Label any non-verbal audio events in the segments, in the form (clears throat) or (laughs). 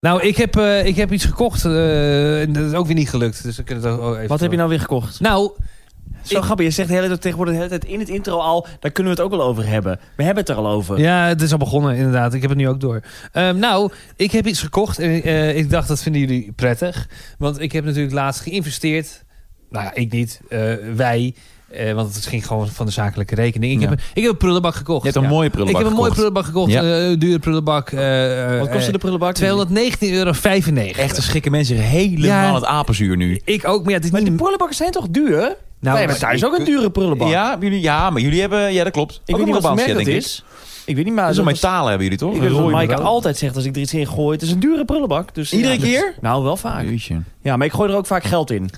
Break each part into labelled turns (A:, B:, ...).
A: Nou, ik heb, eh, ik heb iets gekocht. eh, en dat is ook weer niet gelukt. Dus we kunnen het ook ook even
B: Wat heb je nou weer gekocht?
A: Nou,
B: Zo
A: ik-
B: grappig, je zegt de hele tijd, tegenwoordig de hele tijd in het intro al... daar kunnen we het ook al over hebben. We hebben het er al over.
A: Nou, Ja, het is al begonnen inderdaad. Ik heb het nu ook door. Ehm, nou, ik heb iets gekocht en eh, ik dacht dat vinden jullie prettig. Want ik heb natuurlijk laatst geïnvesteerd. Nou ja, ik niet. eh, wij. eh, want het ging gewoon van de zakelijke rekening. Ik,
C: Ja.
A: heb, een, ik heb een prullenbak gekocht.
C: Je hebt een
A: Ja.
C: mooie prullenbak
A: Ik heb een mooie
C: gekocht.
A: prullenbak gekocht.
C: Ja.
A: eh, een dure prullenbak. eh, eh,
B: Wat kostte de prullenbak?
A: 219,95 euro.
C: Echt, er schrikken mensen helemaal
A: Ja.
C: het apenzuur nu.
A: Ik ook, maar ja, het is (laughs)
B: Maar
A: niet...
B: die prullenbakken zijn toch duur? Nou,
A: Nou,
B: Wij hebben thuis ook een dure prullenbak.
C: Ja, maar jullie, ja, maar jullie hebben... Ja, dat klopt.
B: Ik weet niet wat voor merk dat is. Ik weet niet, maar...
C: Dat is een
B: dat was-
C: metalen hebben jullie,
B: Ik
C: toch?
B: weet
C: Een
B: dat
C: rode
B: Maaike
C: metalen.
B: altijd zegt als ik er iets in gooi. Het is een dure prullenbak. Dus,
C: Iedere
B: ja, dat-
C: keer?
B: Nou, wel vaak.
C: Jeetje.
B: Ja, maar ik gooi er ook vaak geld in.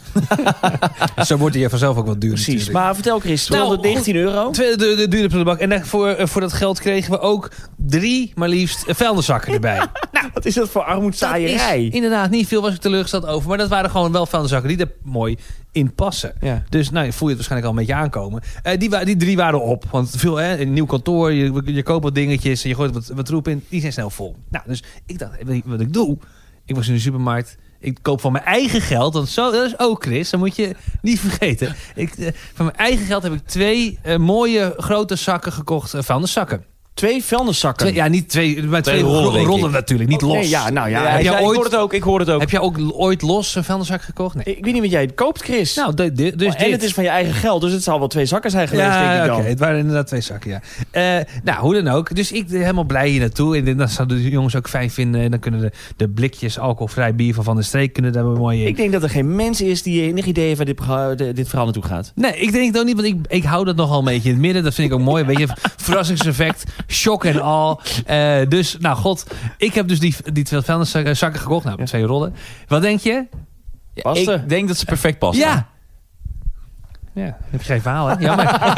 A: Zo wordt hij vanzelf ook wat duur
B: Precies.
A: natuurlijk.
B: Maar vertel Chris,
A: Nou,
B: 219 (laughs) euro.
A: Twee, de, de dure prullenbak. En daarvoor, eh, voor dat geld kregen we ook drie, maar liefst, eh, vuilniszakken erbij.
B: Wat is Nou, dat voor
A: Dat is
B: armoedzaaierij?
A: Inderdaad, niet veel was ik teleurgesteld over. Maar dat waren gewoon wel vuilniszakken die er mooi in passen.
B: Ja.
A: Dus nou, voel je het waarschijnlijk al een beetje aankomen. Eh, die, wa- die drie waren op. Want veel, hè, een nieuw kantoor, je, je koopt wat dingetjes en je gooit wat, wat roep in. Die zijn snel vol. Nou, dus ik dacht, weet je wat ik doe? Ik was in de supermarkt. Ik koop van mijn eigen geld. Want zo, dat is ook, Chris. Dat moet je niet vergeten. Ik, eh, van mijn eigen geld heb ik twee eh, mooie grote zakken gekocht. eh, vuilniszakken.
B: Twee vuilniszakken.
A: Twee, ja, niet twee, maar twee,
C: Twee rollen,
A: ro-
C: denk ik.
A: rollen natuurlijk. Niet
B: Oh,
A: los.
B: nee, ja, nou ja.
C: Ja,
A: heb
C: ik-
A: jij
C: ja,
A: ooit-
C: Ik hoor het ook, ik hoor het ook.
A: Heb jij ook l- ooit los een vuilniszak gekocht? Nee.
B: Ik weet niet wat jij koopt, Chris.
A: Nou, de- de- dus
B: Oh, en
A: dit.
B: het is van je eigen geld, dus het zal wel twee zakken zijn geweest,
A: ja,
B: denk ik
A: oké,
B: dan.
A: het waren inderdaad twee zakken, ja. Eh, nou, hoe dan ook. Dus ik eh, helemaal blij hier naartoe. En dat zouden de jongens ook fijn vinden. En dan kunnen de, de blikjes alcoholvrij bier van Van der Streek kunnen daar mooi in.
B: Ik denk dat er geen mens is die enig idee heeft waar dit, programma- de- dit verhaal naartoe gaat.
A: Nee, ik denk het ook niet, want ik, ik hou dat nogal een beetje in het midden. Dat vind ik ook mooi. Een beetje verrassingseffect, shock en al. Eh, dus, nou god, ik heb dus die, die twee vuilniszakken zakken gekocht. Nou, twee rollen. Wat denk je?
C: Ja,
B: Past er?
C: Ik denk dat ze perfect past.
A: Ja. Ja, heb je geen verhaal, hè? Jammer.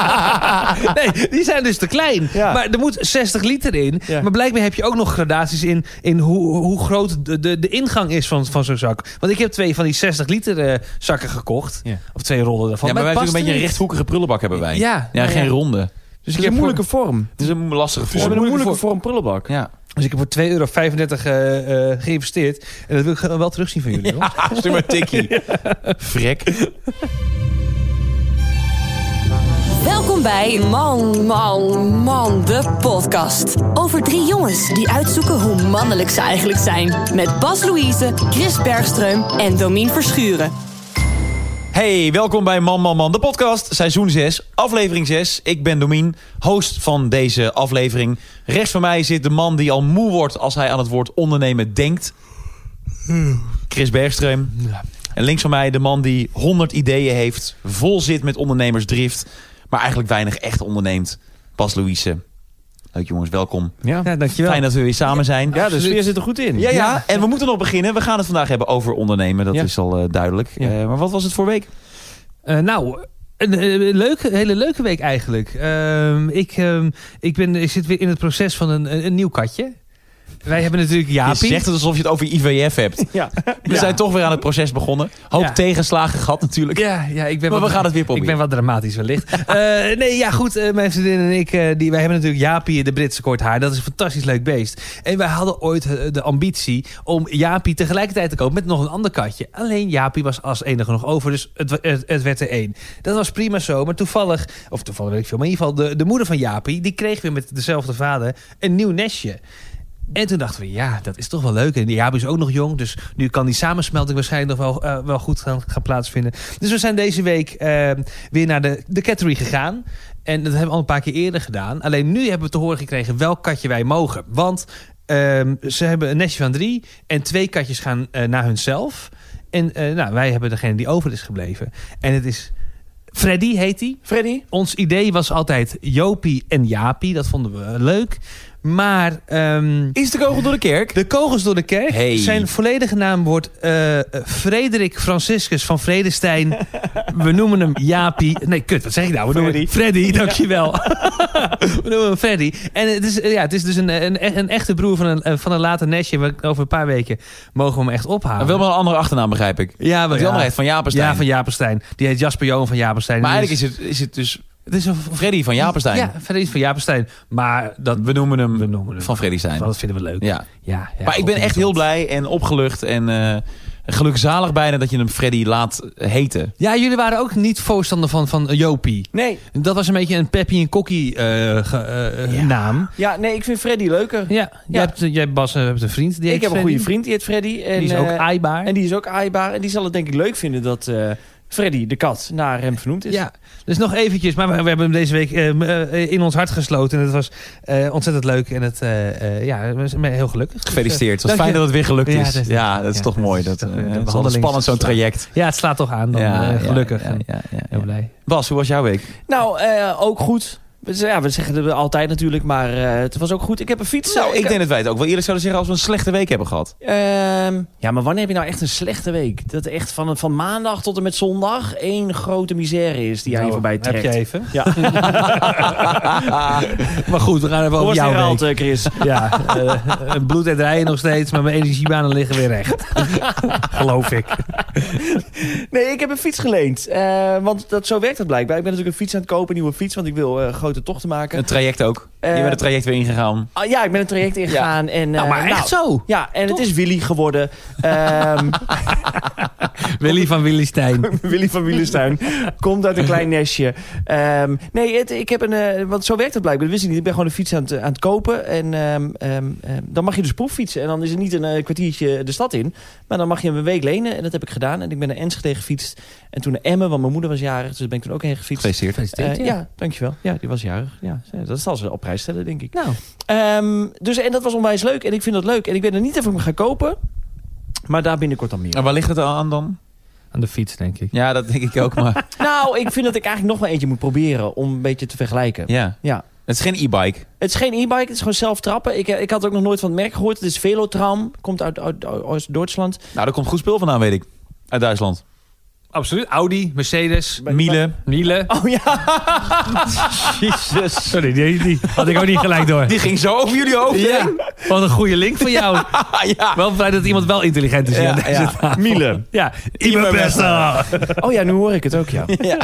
A: (laughs) nee, die zijn dus te klein.
B: Ja.
A: Maar er moet 60 liter in.
B: Ja.
A: Maar blijkbaar heb je ook nog gradaties in, in hoe, hoe groot de, de, de ingang is van, van zo'n zak. Want ik heb twee van die 60 liter eh, zakken gekocht.
B: Ja.
A: Of twee rollen daarvan.
C: Ja, maar wij hebben natuurlijk een beetje een
A: recht.
C: rechthoekige prullenbak hebben wij.
A: Ja.
C: Ja,
A: Nou
C: geen ronde.
B: Dus
A: ik
B: het is
A: heb
B: een moeilijke vorm.
C: Het is een lastige
B: Ze Dus hebben
C: vorm.
B: een
A: moeilijke
B: moeilijke vorm prullenbak.
C: Ja.
A: Dus ik heb voor 2,35 euro eh, eh, geïnvesteerd. En dat wil ik gewoon wel terugzien van jullie. hoor.
C: Ah, Stuur maar een tikkie. Vrek.
D: Welkom bij Man, Man, Man, de podcast. Over drie jongens die uitzoeken hoe mannelijk ze eigenlijk zijn. Met Bas Louise, Chris Bergström en Domien Verschuren.
C: Hey, welkom bij Man Man Man, de podcast. Seizoen 6, aflevering 6. Ik ben Domien, host van deze aflevering. Rechts van mij zit de man die al moe wordt als hij aan het woord ondernemen denkt. Chris Bergström. En links van mij de man die 100 ideeën heeft, vol zit met ondernemersdrift, maar eigenlijk weinig echt onderneemt. Bas Louise. Leuk jongens, welkom.
B: Ja.
A: Ja, dankjewel.
C: Fijn dat we weer samen zijn.
B: Ja, de
A: absoluut.
B: sfeer zit er goed in.
C: dus Ja, ja, en we moeten nog beginnen. We gaan het vandaag hebben over ondernemen, dat
B: Ja.
C: is al eh, duidelijk.
B: Ja.
C: Eh, maar wat was het voor week?
A: Eh, nou, een, eh, leuke, hele leuke week eigenlijk. Ehm, ik, ehm, ik, ben, ik zit weer in het proces van een, een, een nieuw katje. Wij hebben natuurlijk
C: Je
A: Jaapie.
C: zegt het alsof je het over IVF hebt.
A: (laughs)
B: Ja.
C: We zijn toch weer aan het proces begonnen. Hoop
A: Ja.
C: tegenslagen gehad natuurlijk.
A: Ja, ja, ik ben
C: Maar
A: wat-
C: we gaan het weer
A: Ik
C: proberen.
A: ben wat dramatisch wellicht. (laughs) Eh, nee, ja goed, eh, mijn vriendin en ik, eh, die, wij hebben natuurlijk Jaapie, de Britse kort haar. Dat is een fantastisch leuk beest. En wij hadden ooit eh, de ambitie om Jaapie tegelijkertijd te kopen met nog een ander katje. Alleen Jaapie was als enige nog over, dus het, wa- het, het werd er één. Dat was prima zo, maar toevallig, of toevallig weet ik veel, maar in ieder geval de, de moeder van Jaapie, die kreeg weer met dezelfde vader een nieuw nestje. En toen dachten we, ja, dat is toch wel leuk. En die Jaap is ook nog jong, dus nu kan die samensmelting waarschijnlijk nog wel, eh, wel goed gaan, gaan plaatsvinden. Dus we zijn deze week eh, weer naar de, de cattery gegaan. En dat hebben we al een paar keer eerder gedaan. Alleen nu hebben we te horen gekregen welk katje wij mogen. Want ehm, ze hebben een nestje van drie en twee katjes gaan eh, naar hunzelf. En eh, nou, wij hebben degene die over is gebleven. En het is... Freddy heet hij.
B: Freddy?
A: Ons idee was altijd Jopie en Jaapie. Dat vonden we leuk. Maar ehm,
C: Is de kogel door de kerk?
A: de kogels door de kerk.
C: Hey.
A: Zijn volledige naam wordt eh, Frederik Franciscus van
C: (laughs)
A: Vredestein. We noemen hem Jaapie. Nee, kut, wat zeg ik nou? We noemen hem Freddy,
C: (laughs)
A: dankjewel. We noemen hem Freddy. En het is, eh, ja, het is dus een, een, een echte broer van een, eh, van een later nestje. We- Over een paar weken mogen we hem echt ophalen.
C: Wel maar een andere achternaam begrijp ik.
A: ja, wel,
C: Want die
A: ja.
C: andere heet Van Japenstein.
A: Ja, van Japenstein. Die heet Jasper Johan van Japenstein.
C: Maar
A: En die
C: eigenlijk is het, is het dus
A: Het is een
C: Freddy van Japenstein.
A: Ja, Freddy is van Japenstein. Maar dat,
C: We noemen hem
A: we noemen hem.
C: van Freddy Stein.
A: Dat vinden we leuk.
C: Ja.
A: Ja, ja,
C: maar ik ben echt heel blij en opgelucht en eh gelukzalig bijna dat je hem Freddy laat heten.
A: Ja, jullie waren ook niet voorstander van, van Jopie.
B: Nee.
A: Dat was een beetje een Peppy en Kokkie eh, ge- eh,
B: Ja.
A: naam.
B: Ja, nee, ik vind Freddy leuker.
A: Ja, Jij, hebt, jij Bas eh, hebt een vriend. Die
B: ik
A: heet
B: heb een
A: Freddy.
B: goede vriend, die heet Freddy. En,
A: die is ook
B: eh,
A: aaibaar.
B: En die is ook aaibaar. En die zal het denk ik leuk vinden dat eh, Freddy, de kat, naar hem vernoemd is.
A: Ja, dus nog eventjes. Maar we, we hebben hem deze week eh, m- eh, in ons hart gesloten. En het was eh, ontzettend leuk. En het, eh, eh, ja, we zijn heel gelukkig. Dus, eh,
C: Gefeliciteerd. Wat
A: dank
C: fijn
A: je.
C: dat het weer gelukt
A: Ja,
C: is.
A: dat is-
C: ja, dat is
A: ja,
C: toch
A: dat
C: mooi.
A: is
C: Dat,
A: toch,
C: eh,
A: eh, de
C: het is altijd
A: behandeling
C: spannend zo'n
A: is-
C: traject.
A: Dus, eh, ja, het slaat toch aan dan.
C: Ja,
A: eh,
C: ja,
A: gelukkig.
C: ja, ja, ja, ja.
A: Heel blij.
C: Bas, hoe was jouw week?
B: Nou, eh, ook goed. We, z- ja, we zeggen het altijd natuurlijk, maar eh, het was ook goed. Ik heb een fiets.
C: Nou, ik
B: heb-
C: denk dat wij het ook wel eerlijk zouden zeggen als we een slechte week hebben gehad.
B: Ehm, ja, maar wanneer heb je nou echt een slechte week? Dat echt van, van maandag tot en met zondag één grote misère is die jij
A: Nou,
B: hier voorbij
A: Heb
B: trekt.
A: je even?
B: Ja.
A: (laughs) maar goed, we gaan even
B: Hoe
A: over
B: was
A: jouw
B: het
A: week.
B: Gerald, eh, Chris?
A: Ja, eh, bloed en rijden nog steeds, maar mijn energiebanen liggen weer recht. Geloof ik.
B: (laughs) Nee, ik heb een fiets geleend. Eh, want dat, zo werkt dat blijkbaar. Ik ben natuurlijk een fiets aan het kopen, een nieuwe fiets, want ik wil eh, grote tochten maken.
C: Een traject ook.
B: Eh,
C: je bent het traject weer ingegaan.
B: Ah, ja, ik ben een traject ingegaan. En,
A: nou,
B: eh,
A: maar echt zo.
B: Ja, en het is Willy geworden. Ehm,
A: Willy van Willy Stijn.
B: (laughs) Willy van Wielenstuin. Komt uit een klein nestje. Ehm, nee, het, ik heb een... eh, want zo werkt het blijkbaar. Dat wist ik niet. Ik ben gewoon een fiets aan het, eh, aan het kopen. En ehm, ehm, ehm, dan mag je dus proeffietsen. En dan is het niet een eh, kwartiertje de stad in. Maar dan mag je hem een week lenen. En dat heb ik gedaan. En ik ben naar Enschede gefietst. En toen naar Emmen, want mijn moeder was jarig. Dus daar ben ik toen ook heen gefietst.
C: Gefeliciteerd.
A: Gefeliciteerd.
B: Eh, ja, dankjewel. Ja, die was jarig. Ja, eh, dat zal ze op prijs stellen, denk ik.
A: Nou,
B: Ehm, dus, en dat was onwijs leuk. En ik vind dat leuk. En ik weet nog niet of ik hem ga kopen. Maar daar binnenkort dan meer.
C: En waar ligt het aan dan?
A: aan de fiets denk ik.
C: Ja, dat denk ik ook. Maar
B: Nou, ik vind dat ik eigenlijk nog wel eentje moet proberen om een beetje te vergelijken.
C: ja.
B: Ja.
C: Het is geen e-bike.
B: Het is geen e-bike, het is gewoon zelf trappen. Ik, eh, ik had ook nog nooit van het merk gehoord. Het is Velotram, komt uit, uit, uit Oost-Duitsland.
C: Nou, daar komt goed spul vandaan, weet ik. Uit Duitsland.
A: Absoluut. Audi, Mercedes,
C: Miele.
A: Miele.
B: Oh ja,
A: (laughs) Jezus. Sorry, die, die had ik ook niet gelijk door.
C: Die ging zo over jullie hoofd. Ah,
A: Ja,
C: (laughs)
A: wat een goede link van jou.
C: ja.
A: Wel blij dat iemand wel intelligent is. Ja,
C: Ja, ja. Miele.
A: ja. Iemand beste.
B: oh ja, nu hoor ik het ook, ja.
C: (laughs) Ja.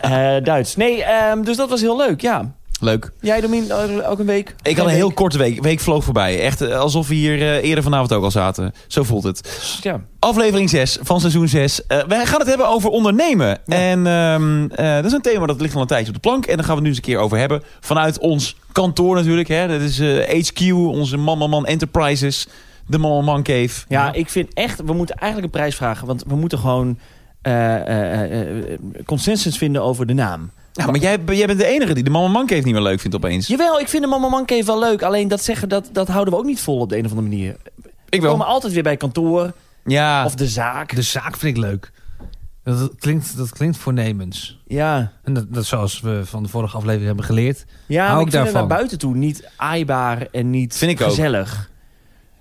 B: Eh, Duits. Nee, ehm, dus dat was heel leuk, ja.
C: Leuk.
B: Jij, Domien, eh, ook een week?
C: Ik had een heel korte week. Week vloog voorbij. Echt eh, alsof we hier eh, eerder vanavond ook al zaten. Zo voelt het.
B: Ja.
C: Aflevering 6 van seizoen 6. Eh, wij gaan het hebben over ondernemen. En ehm, eh, dat is een thema dat ligt al een tijdje op de plank. En daar gaan we het nu eens een keer over hebben. Vanuit ons kantoor natuurlijk. Hè. Dat is eh, HQ, onze Man Man Man Enterprises. De Man Man Man Cave. Nou,
B: ja, ik vind echt, we moeten eigenlijk een prijs vragen. Want we moeten gewoon eh, eh, eh, consensus vinden over de naam.
C: Ja, maar jij, jij bent de enige die de Man Man Man Cave niet meer leuk vindt opeens.
B: Jawel, ik vind de Mama Man Cave wel leuk. Alleen dat zeggen, dat, dat houden we ook niet vol op de een of andere manier.
C: Ik Ah.
B: We komen altijd weer bij kantoor
C: Ja.
B: of de zaak.
A: De zaak vind ik leuk. Dat klinkt, dat klinkt voornemens.
B: Ja,
A: En dat, dat zoals we van de vorige aflevering hebben geleerd.
B: ja
A: Hou
B: maar
A: ik
B: ik vind het
A: daarvan.
B: naar buiten toe niet aaibaar en niet
C: Vind ik ook.
B: gezellig.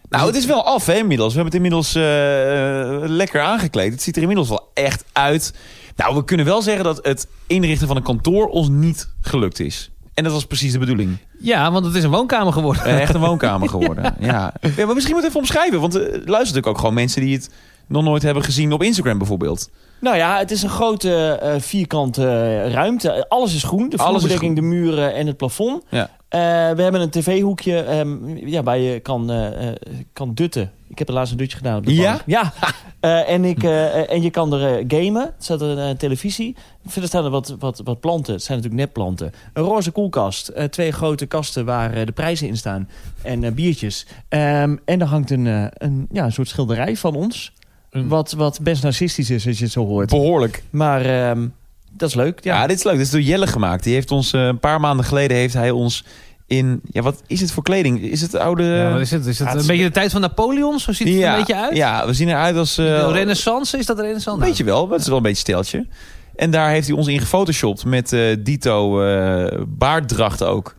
C: Nou, het is wel af, hè, inmiddels. We hebben het inmiddels eh, eh, lekker aangekleed. Het ziet er inmiddels wel echt uit. Nou, we kunnen wel zeggen dat het inrichten van een kantoor ons niet gelukt is. En dat was precies de bedoeling.
A: Ja, want het is een woonkamer geworden. (laughs)
C: Eh, echt een woonkamer geworden. Ja. Ja. maar misschien moet ik even omschrijven. Want eh, luisteren natuurlijk ook gewoon mensen die het nog nooit hebben gezien op Instagram bijvoorbeeld.
B: Nou ja, het is een grote eh, vierkante eh, ruimte. Alles is groen. De
C: Alles is
B: vloerbedekking, de muren en het plafond.
C: Ja.
B: Eh, we hebben een tv-hoekje ehm, ja, waar je kan, eh, eh, kan dutten. Ik heb er laatst een dutje gedaan op de
C: Ja?
B: bank. Ja. Eh, en, ik, eh, eh, en je kan er eh, gamen. Er staat een eh, televisie. Verder staan er wat, wat, wat planten. Het zijn natuurlijk nepplanten. Een roze koelkast. eh, twee grote kasten waar eh, de prijzen in staan. En eh, biertjes. Ehm, en er hangt een, eh, een, ja, een soort schilderij van ons.
A: Mm.
B: Wat, wat best narcistisch is als je het zo hoort.
C: Behoorlijk.
B: Maar ehm, dat is leuk.
C: Ja.
B: Ja.
C: dit is leuk. Dit is door Jelle gemaakt. Die heeft ons eh, een paar maanden geleden heeft hij ons in... Ja, wat is het voor kleding? Is het oude...
A: Eh, Ja, wat is het? Is het een beetje de tijd van Napoleon? Zo ziet het
C: Ja,
A: er een beetje uit.
C: Ja, we zien eruit als... eh,
A: De renaissance, is dat renaissance?
C: Weet je wel, maar het is wel een beetje steltje. En daar heeft hij ons in gefotoshopt met eh, dito eh, baarddracht ook.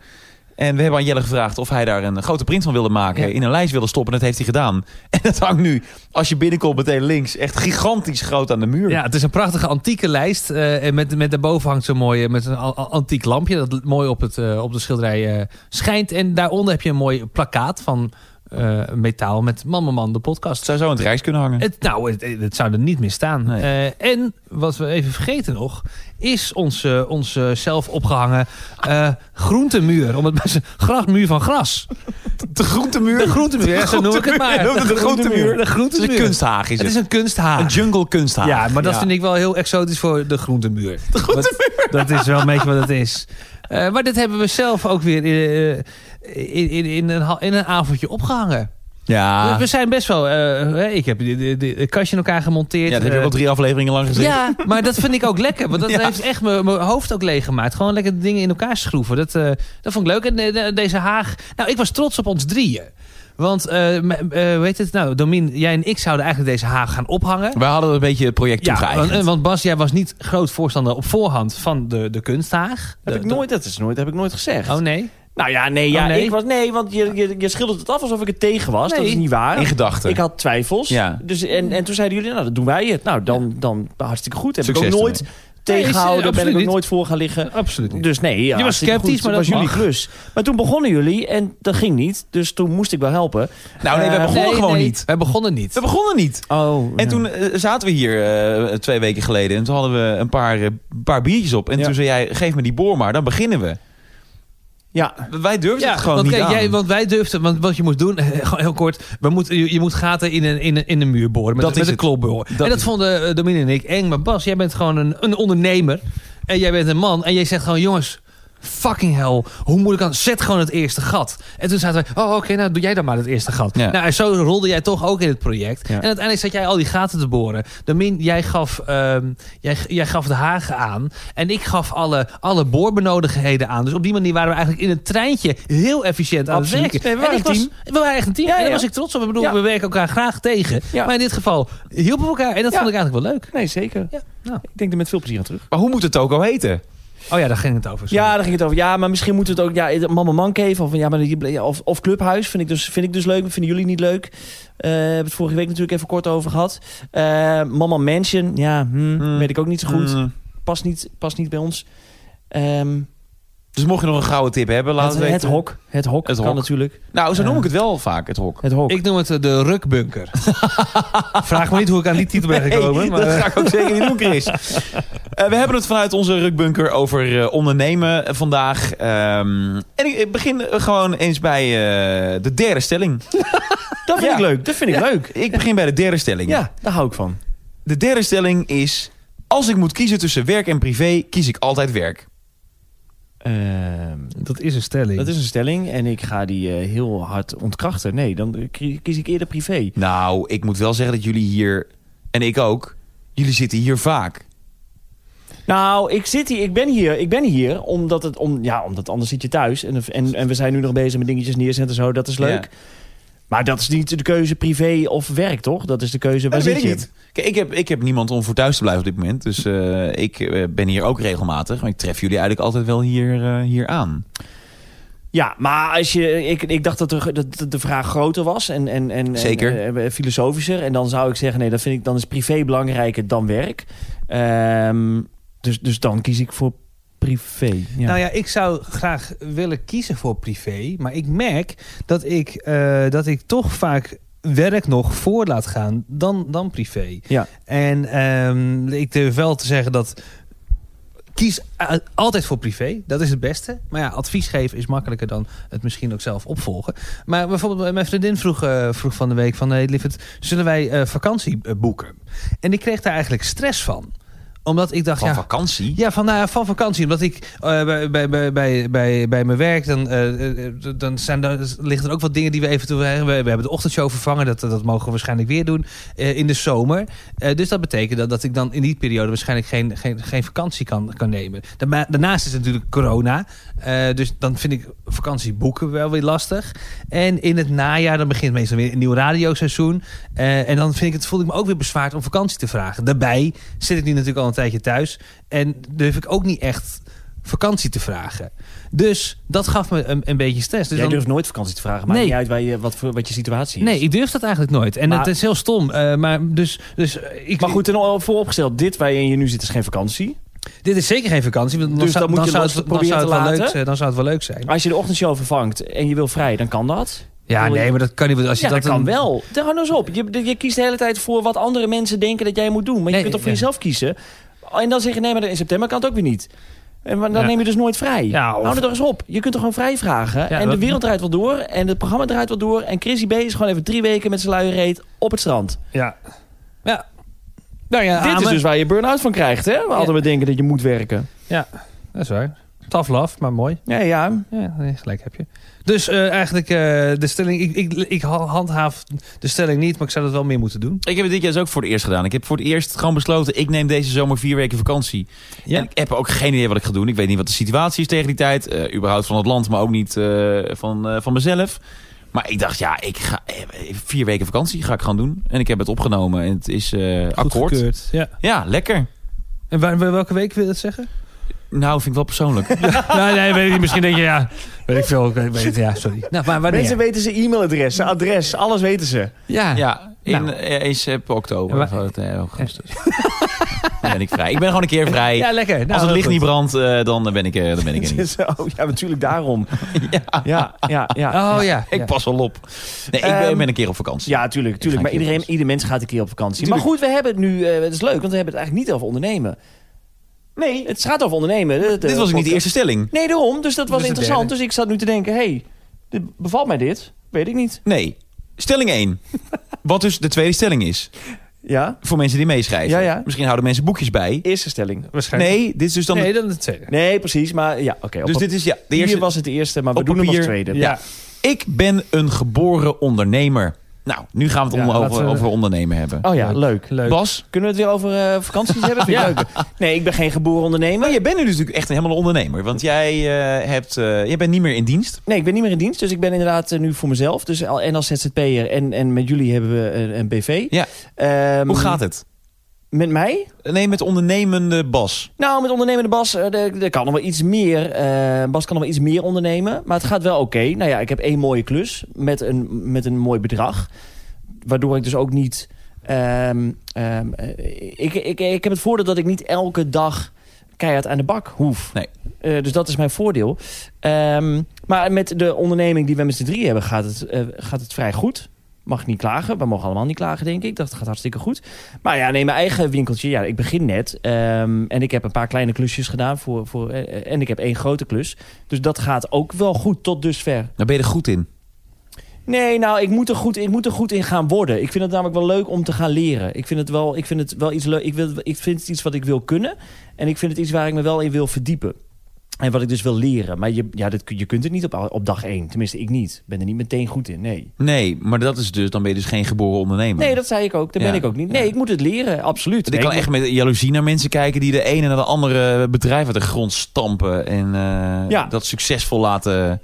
C: En we hebben aan Jelle gevraagd of hij daar een grote print van wilde maken.
A: Ja.
C: In een lijst wilde stoppen. En dat heeft hij gedaan. (laughs) En dat hangt nu, als je binnenkomt meteen links, echt gigantisch groot aan de muur.
A: Ja, het is een prachtige antieke lijst. eh, en met, met daarboven hangt zo'n mooi eh, met een a- a- antiek lampje. Dat mooi op, het, eh, op de schilderij eh, schijnt. En daaronder heb je een mooi plakkaat van eh, eh, metaal met Man, Man, Man, de podcast.
C: Het zou zo aan het reis kunnen hangen.
A: Het, nou, het, het zou er niet meer staan.
C: Nee.
A: Eh, en wat we even vergeten nog, is onze, onze zelf opgehangen eh, groentemuur. Om het maar te zeggen, grasmuur van gras.
C: de groentemuur.
A: De groentemuur, ja, zo noem ik het maar.
C: (laughs) De groentemuur.
A: De
C: Het is
A: groentemuur.
C: een kunsthaag, is
A: Het
C: het?
A: is een kunsthaag.
C: Een jungle kunsthaag.
A: Ja, maar dat vind ik wel heel exotisch voor de groentemuur. De groentemuur. Dat, is wel een beetje wat het is. Eh, maar dit hebben we zelf ook weer eh, in, in, in, een, ha- in een avondje opgehangen. Dus
C: Ja,
A: we zijn best wel... eh, ik heb de, de, de- het kastje in elkaar gemonteerd.
C: ja dat heb
A: eh,
C: je ook al drie afleveringen lang gezien.
A: ja, maar dat vind ik ook lekker. Want dat
C: Ja.
A: heeft echt mijn mijn hoofd ook leeggemaakt. Gewoon lekker de dingen in elkaar schroeven. Dat, eh, dat vond ik leuk. En eh, de- deze Haag... Nou, ik was trots op ons drieën. Want, eh, m- eh, weet het nou, Domin, jij en ik zouden eigenlijk deze Haag gaan ophangen.
C: Wij hadden een beetje het project
A: Ja,
C: toegeëigend.
A: want, eh, want Bas, jij was niet groot voorstander op voorhand van de, de kunsthaag.
B: Heb
A: De-
B: ik nooit, dat is nooit, heb ik nooit gezegd.
A: de- oh nee?
B: Nou ja, nee, ja,
A: Oh, nee?
B: Ik was, nee want je, je, je schildert het af alsof ik het tegen was. Dat
A: Nee.
B: is niet waar.
C: in gedachten.
B: Ik had twijfels.
C: Ja.
B: Dus, en, en toen zeiden jullie, nou, dan doen wij het. Nou, dan, dan hartstikke goed. Heb ik
C: Succes
B: ook nooit tegengehouden. ben ik
A: absoluut
B: ook
A: niet.
B: nooit voor gaan liggen.
A: Absoluut niet.
B: Dus nee, ja,
A: was
B: hartstikke
A: sceptisch,
B: goed.
A: maar dat
B: was jullie
A: mag.
B: klus. Maar toen begonnen jullie en dat ging niet. Dus toen moest ik wel helpen.
C: Nou nee, we
B: Eh,
C: begonnen gewoon niet.
A: Wij begonnen niet.
C: We begonnen niet.
B: Oh,
C: En toen eh, zaten we hier eh, twee weken geleden en toen hadden we een paar, eh, paar biertjes op. En
B: Ja.
C: toen zei jij, geef me die boor maar, dan beginnen we.
B: Ja,
C: Wij durfden het gewoon
A: want,
C: niet
A: kijk,
C: aan.
A: jij, want wij durfden, want wat je moest doen, (laughs) gewoon heel kort, we moeten je, je moet gaten in een, in een, in een muur boren met,
C: Dat
A: met
C: is
A: een
C: het.
A: klopboor.
C: Dat
A: en dat
C: is
A: vonden eh, Domine en ik eng. Maar Bas, jij bent gewoon een, een ondernemer en jij bent een man en jij zegt gewoon, jongens, fucking hell, hoe moet ik aan, zet gewoon het eerste gat. En toen zaten wij, oh oké, nou doe jij dan maar het eerste gat.
C: Ja.
A: Nou, en zo rolde jij toch ook in het project.
C: Ja.
A: En uiteindelijk zat jij al die gaten te boren. Domin, jij gaf, ehm, jij, jij gaf de hagen aan. En ik gaf alle, alle boorbenodigdheden aan. Dus op die manier waren we eigenlijk in een treintje heel efficiënt aan
B: Absoluut.
A: het werken.
B: Nee, we waren
A: En ik
B: een
A: was-
B: team.
A: we waren echt een team.
B: Ja,
A: en daar
B: ja.
A: was ik trots op. Ik bedoel,
B: Ja.
A: we werken elkaar graag tegen.
B: Ja.
A: Maar in dit geval hielpen we elkaar. En dat
B: Ja.
A: vond ik eigenlijk wel leuk.
B: nee, zeker.
A: Ja, nou.
B: Ik denk er met veel plezier aan terug.
C: Maar hoe moet het ook al heten?
A: Oh ja, daar ging het over.
B: Ja, daar ging het over. Ja, maar misschien moeten we het ook... Ja, Mama Mankeven of, ja, maar die- ja, of, of Clubhuis vind ik, dus, vind ik dus leuk. Vinden jullie niet leuk? Eh hebben we het vorige week natuurlijk even kort over gehad. Eh, Mama Mansion, ja, hmm,
C: Hmm.
B: weet ik ook niet zo goed.
C: Mm.
B: Past, niet, past niet bij ons. Ehm,
C: Dus mocht je nog een gouden tip hebben, laat
B: het,
C: het,
B: het,
C: weten.
B: hok. Het hok
C: Het
B: kan
C: hok.
B: natuurlijk.
C: Nou, zo noem
B: Ja.
C: ik het wel vaak, het
B: (laughs)
C: hok.
B: Het hok.
A: Ik noem het eh, de (laughs) rukbunker. Vraag me niet hoe ik aan die titel ben gekomen.
C: Nee,
A: maar,
C: dat
A: eh,
C: ga ik ook zeker niet doen,
B: (laughs)
C: Chris. Eh, we hebben het vanuit onze rukbunker over eh, ondernemen vandaag. Ehm, en ik begin gewoon eens bij eh, de derde stelling.
B: dat vind
C: Ja.
B: ik leuk. Dat vind ik leuk.
C: Ik begin bij de derde stelling.
B: Ja, daar hou ik van.
C: De derde stelling is... Als ik moet kiezen tussen werk en privé, kies ik altijd werk.
B: Ehm,
A: dat is een stelling.
B: dat is een stelling en ik ga die eh, heel hard ontkrachten. Nee, dan eh, ki- kies ik eerder privé.
C: Nou, ik moet wel zeggen dat jullie hier... En ik ook. Jullie zitten hier vaak.
B: Nou, ik, zit hier, ik, ben hier, ik ben hier omdat het om, ja, omdat anders zit je thuis. En, en, en we zijn nu nog bezig met dingetjes neerzetten en zo, dat is leuk.
C: Ja.
B: Maar dat is niet de keuze privé of werk, toch? Dat is de keuze waar
C: Dat
B: zit
C: weet ik
B: je?
C: niet. Kijk, ik, heb, ik heb niemand om voor thuis te blijven op dit moment. Dus eh, ik eh, ben hier ook regelmatig. Maar ik tref jullie eigenlijk altijd wel hier, eh, hier aan.
B: Ja, maar als je, ik, ik dacht dat, er, dat dat de vraag groter was en, en, en,
C: Zeker.
B: en, eh, filosofischer. En dan zou ik zeggen, nee, dat vind ik, dan is privé belangrijker dan werk. Ehm, dus, dus dan kies ik voor privé. Ja.
A: Nou ja, ik zou graag willen kiezen voor privé. Maar ik merk dat ik, eh, dat ik toch vaak werk nog voor laat gaan dan, dan privé.
B: Ja.
A: En ehm, ik durf wel te zeggen dat... Kies a- altijd voor privé. Dat is het beste. Maar ja, advies geven is makkelijker dan het misschien ook zelf opvolgen. Maar bijvoorbeeld mijn vriendin vroeg, eh, vroeg van de week van... Hey, lieverd, zullen wij eh, vakantie eh, boeken? En ik kreeg daar eigenlijk stress van. Omdat ik dacht...
C: Van
A: ja,
C: vakantie.
A: ja, van, nou ja, van vakantie. Omdat ik eh, bij, bij, bij, bij, bij, bij mijn werk, dan, eh, eh, dan zijn er, liggen er ook wat dingen die we eventueel... We, we hebben de ochtendshow vervangen, dat, dat mogen we waarschijnlijk weer doen eh, in de zomer. Eh, dus dat betekent dat, dat ik dan in die periode waarschijnlijk geen, geen, geen vakantie kan, kan nemen. Daarna- Daarnaast is het natuurlijk corona. eh, dus dan vind ik vakantie boeken wel weer lastig. En in het najaar, dan begint meestal weer een nieuw radioseizoen. Eh, en dan vind ik het, voel ik me ook weer bezwaard om vakantie te vragen. Daarbij zit ik nu natuurlijk al een tijdje thuis. En durf ik ook niet echt vakantie te vragen. Dus dat gaf me een, een beetje stress. Dus
B: Jij
A: dan-
B: durft nooit vakantie te vragen, maar
A: Nee.
B: niet uit waar je, wat, voor, wat je situatie is.
A: nee, ik durf dat eigenlijk nooit. En
B: Maar-
A: het is heel stom. eh, maar dus, dus eh, ik,
B: Maar goed, ten al vooropgesteld, dit waar je in je nu zit is geen vakantie.
A: dit is zeker geen vakantie. want Dan,
B: Dus
A: zou,
B: dan moet
A: dan
B: je
A: zou
B: los
A: het, dan
B: proberen
A: zou het
B: te
A: wel leuk
B: laten?
A: zijn. Dan zou het wel leuk zijn.
B: Als je de ochtendshow vervangt en je wil vrij, dan kan dat.
A: Ja, nee, maar dat kan niet. want Als je
B: Ja, dat,
A: dat
B: kan
A: een-
B: wel. Daar hou nou eens op. Je, je kiest de hele tijd voor wat andere mensen denken dat jij moet doen. Maar je
A: Nee,
B: kunt toch voor
A: ja.
B: jezelf kiezen. En dan zeg je, nee, maar in september kan het ook weer niet. En maar dan
A: Ja.
B: neem je dus nooit vrij.
A: Ja, of-
B: Hou er toch eens op. Je kunt toch gewoon vrij vragen. en de
A: dat-
B: wereld draait wel door. En het programma draait wel door. En Chrissy B is gewoon even drie weken met zijn luie reet op het strand.
A: Ja. Ja. Nou ja,
B: Dit is
A: amen.
B: dus waar je burn-out van krijgt, hè? We altijd maar denken dat je moet werken.
A: Dat is waar. Tough love, maar mooi.
B: Ja, ja.
A: Ja, nee, gelijk heb je. Dus eh, eigenlijk eh, de stelling... Ik, ik, ik ha- handhaaf de stelling niet, maar ik zou dat wel meer moeten doen.
C: Ik heb het dit jaar dus ook voor het eerst gedaan. Ik heb voor het eerst gewoon besloten, ik neem deze zomer vier weken vakantie.
A: Ja.
C: En ik heb ook geen idee wat ik ga doen. Ik weet niet wat de situatie is tegen die tijd. eh, überhaupt van het land, maar ook niet eh, van, eh, van mezelf. Maar ik dacht, ja, ik ga eh, vier weken vakantie ga ik gaan doen. En ik heb het opgenomen en het is eh, akkoord.
A: Goedgekeurd, Ja.
C: Ja, lekker.
A: En waar, waar- welke week wil je dat zeggen?
C: Nou, vind ik wel persoonlijk.
A: (laughs) nou, nee, weet ik niet. Misschien denk je, ja... Weet ik veel. ik Weet, ja, sorry. Nou, maar wanneer?
B: Mensen weten zijn e-mailadres, zijn adres, alles weten ze.
A: (laughs) Ja.
C: ja, in,
A: Nou.
C: eh, is eh, oktober.
A: Ja,
C: of,
A: maar-
C: eh,
A: (laughs)
C: augustus. Dan ben ik vrij. Ik ben gewoon een keer vrij.
A: Ja, lekker. Nou,
C: Als het
A: heel
C: licht
A: goed.
C: niet brandt, eh, dan ben ik, eh, dan (laughs) ben ik
A: (laughs)
C: er niet.
B: Zo, (laughs) Oh, ja, natuurlijk
C: (laughs)
B: daarom. Ja, ja, ja.
A: Oh ja.
C: Ik
A: ja.
C: pas wel op. Nee, ik ben,
B: Ehm,
C: ben een keer op vakantie.
B: Ja, tuurlijk, tuurlijk.
C: ga
B: Maar
C: een keer op
B: iedereen,
C: vakantie.
B: ieder mens gaat een keer op vakantie. Maar goed, we hebben het nu... eh, het is leuk, want we hebben het eigenlijk niet over ondernemen. Nee, het gaat over ondernemen. De- de-
C: Dit was ook niet de eerste stelling.
B: Nee, daarom. Dus dat was
A: is de
B: interessant.
A: derde.
B: Dus ik zat nu te denken... hey, dit- bevalt mij dit? Weet ik niet.
C: Nee. Stelling 1. Wat dus de tweede stelling is.
B: Ja?
C: Voor mensen die meeschrijven.
B: Ja, ja.
C: Misschien houden mensen boekjes bij.
B: Eerste stelling.
A: Waarschijnlijk.
C: Nee, dit is dus dan...
A: Nee, dan het tweede.
B: Nee, precies. Maar ja, oké. op
C: dus dit is ja, de eerste...
B: Hier was het de eerste, maar we
C: op
B: doen hem als
C: papier.
B: tweede.
A: Ja.
C: Ik ben een geboren ondernemer. Nou, nu gaan we het
A: Ja,
C: onder-
A: laten
C: over,
A: we-
C: over ondernemen hebben.
B: Oh ja, leuk.
A: Leuk.
C: Bas,
B: Kunnen we het weer over eh, vakanties
C: (laughs)
B: hebben? Vind ik
A: Ja.
B: leuk. Nee, ik ben geen geboren ondernemer.
C: maar jij bent nu dus natuurlijk echt helemaal een ondernemer. Want jij, eh, hebt, eh, jij bent niet meer in dienst.
B: Nee, ik ben niet meer in dienst. Dus ik ben inderdaad eh, nu voor mezelf. Dus al, en als ZZP'er. En, en met jullie hebben we een, een BV.
C: Ja.
B: Ehm,
C: Hoe gaat het?
B: Met mij?
C: Nee, met ondernemende Bas.
B: Nou, met ondernemende Bas, eh, er er kan nog wel iets meer. eh, Bas kan nog wel iets meer ondernemen. Maar het gaat wel oké. Nou ja, ik heb één mooie klus met een, met een mooi bedrag. Waardoor ik dus ook niet... ehm, ehm, eh, ik, ik, ik heb het voordeel dat ik niet elke dag keihard aan de bak hoef.
C: Nee.
B: Eh, dus dat is mijn voordeel. Ehm, maar met de onderneming die we met z'n drie hebben, gaat het, eh, gaat het vrij goed. Mag ik niet klagen. We mogen allemaal niet klagen, denk ik. Dat gaat hartstikke goed. Maar ja, nee, mijn eigen winkeltje. Ja, ik begin net. ehm, en ik heb een paar kleine klusjes gedaan. Voor, voor, eh, eh, en ik heb één grote klus. Dus dat gaat ook wel goed tot dusver.
C: Daar ben je er goed in.
B: Nee, nou, ik moet, er goed, ik moet er goed in gaan worden. Ik vind het namelijk wel leuk om te gaan leren. Ik vind het wel, ik vind het wel iets leuk. Ik, wil, ik vind het iets wat ik wil kunnen. En ik vind het iets waar ik me wel in wil verdiepen. En wat ik dus wil leren. Maar je, ja, dat, kun- je kunt het niet op, al- op dag één. Tenminste, ik niet. Ik ben er niet meteen goed in, nee.
C: Nee, maar dat is dus, dan ben je dus geen geboren ondernemer.
B: Nee, dat zei ik ook. Daar ben
C: Ja.
B: ik ook niet. Nee,
C: Ja.
B: ik moet het leren, absoluut.
C: Want ik
B: Nee,
C: kan echt met jaloezie naar mensen kijken die de ene naar de andere bedrijf uit de grond stampen. En eh,
B: Ja.
C: dat succesvol laten,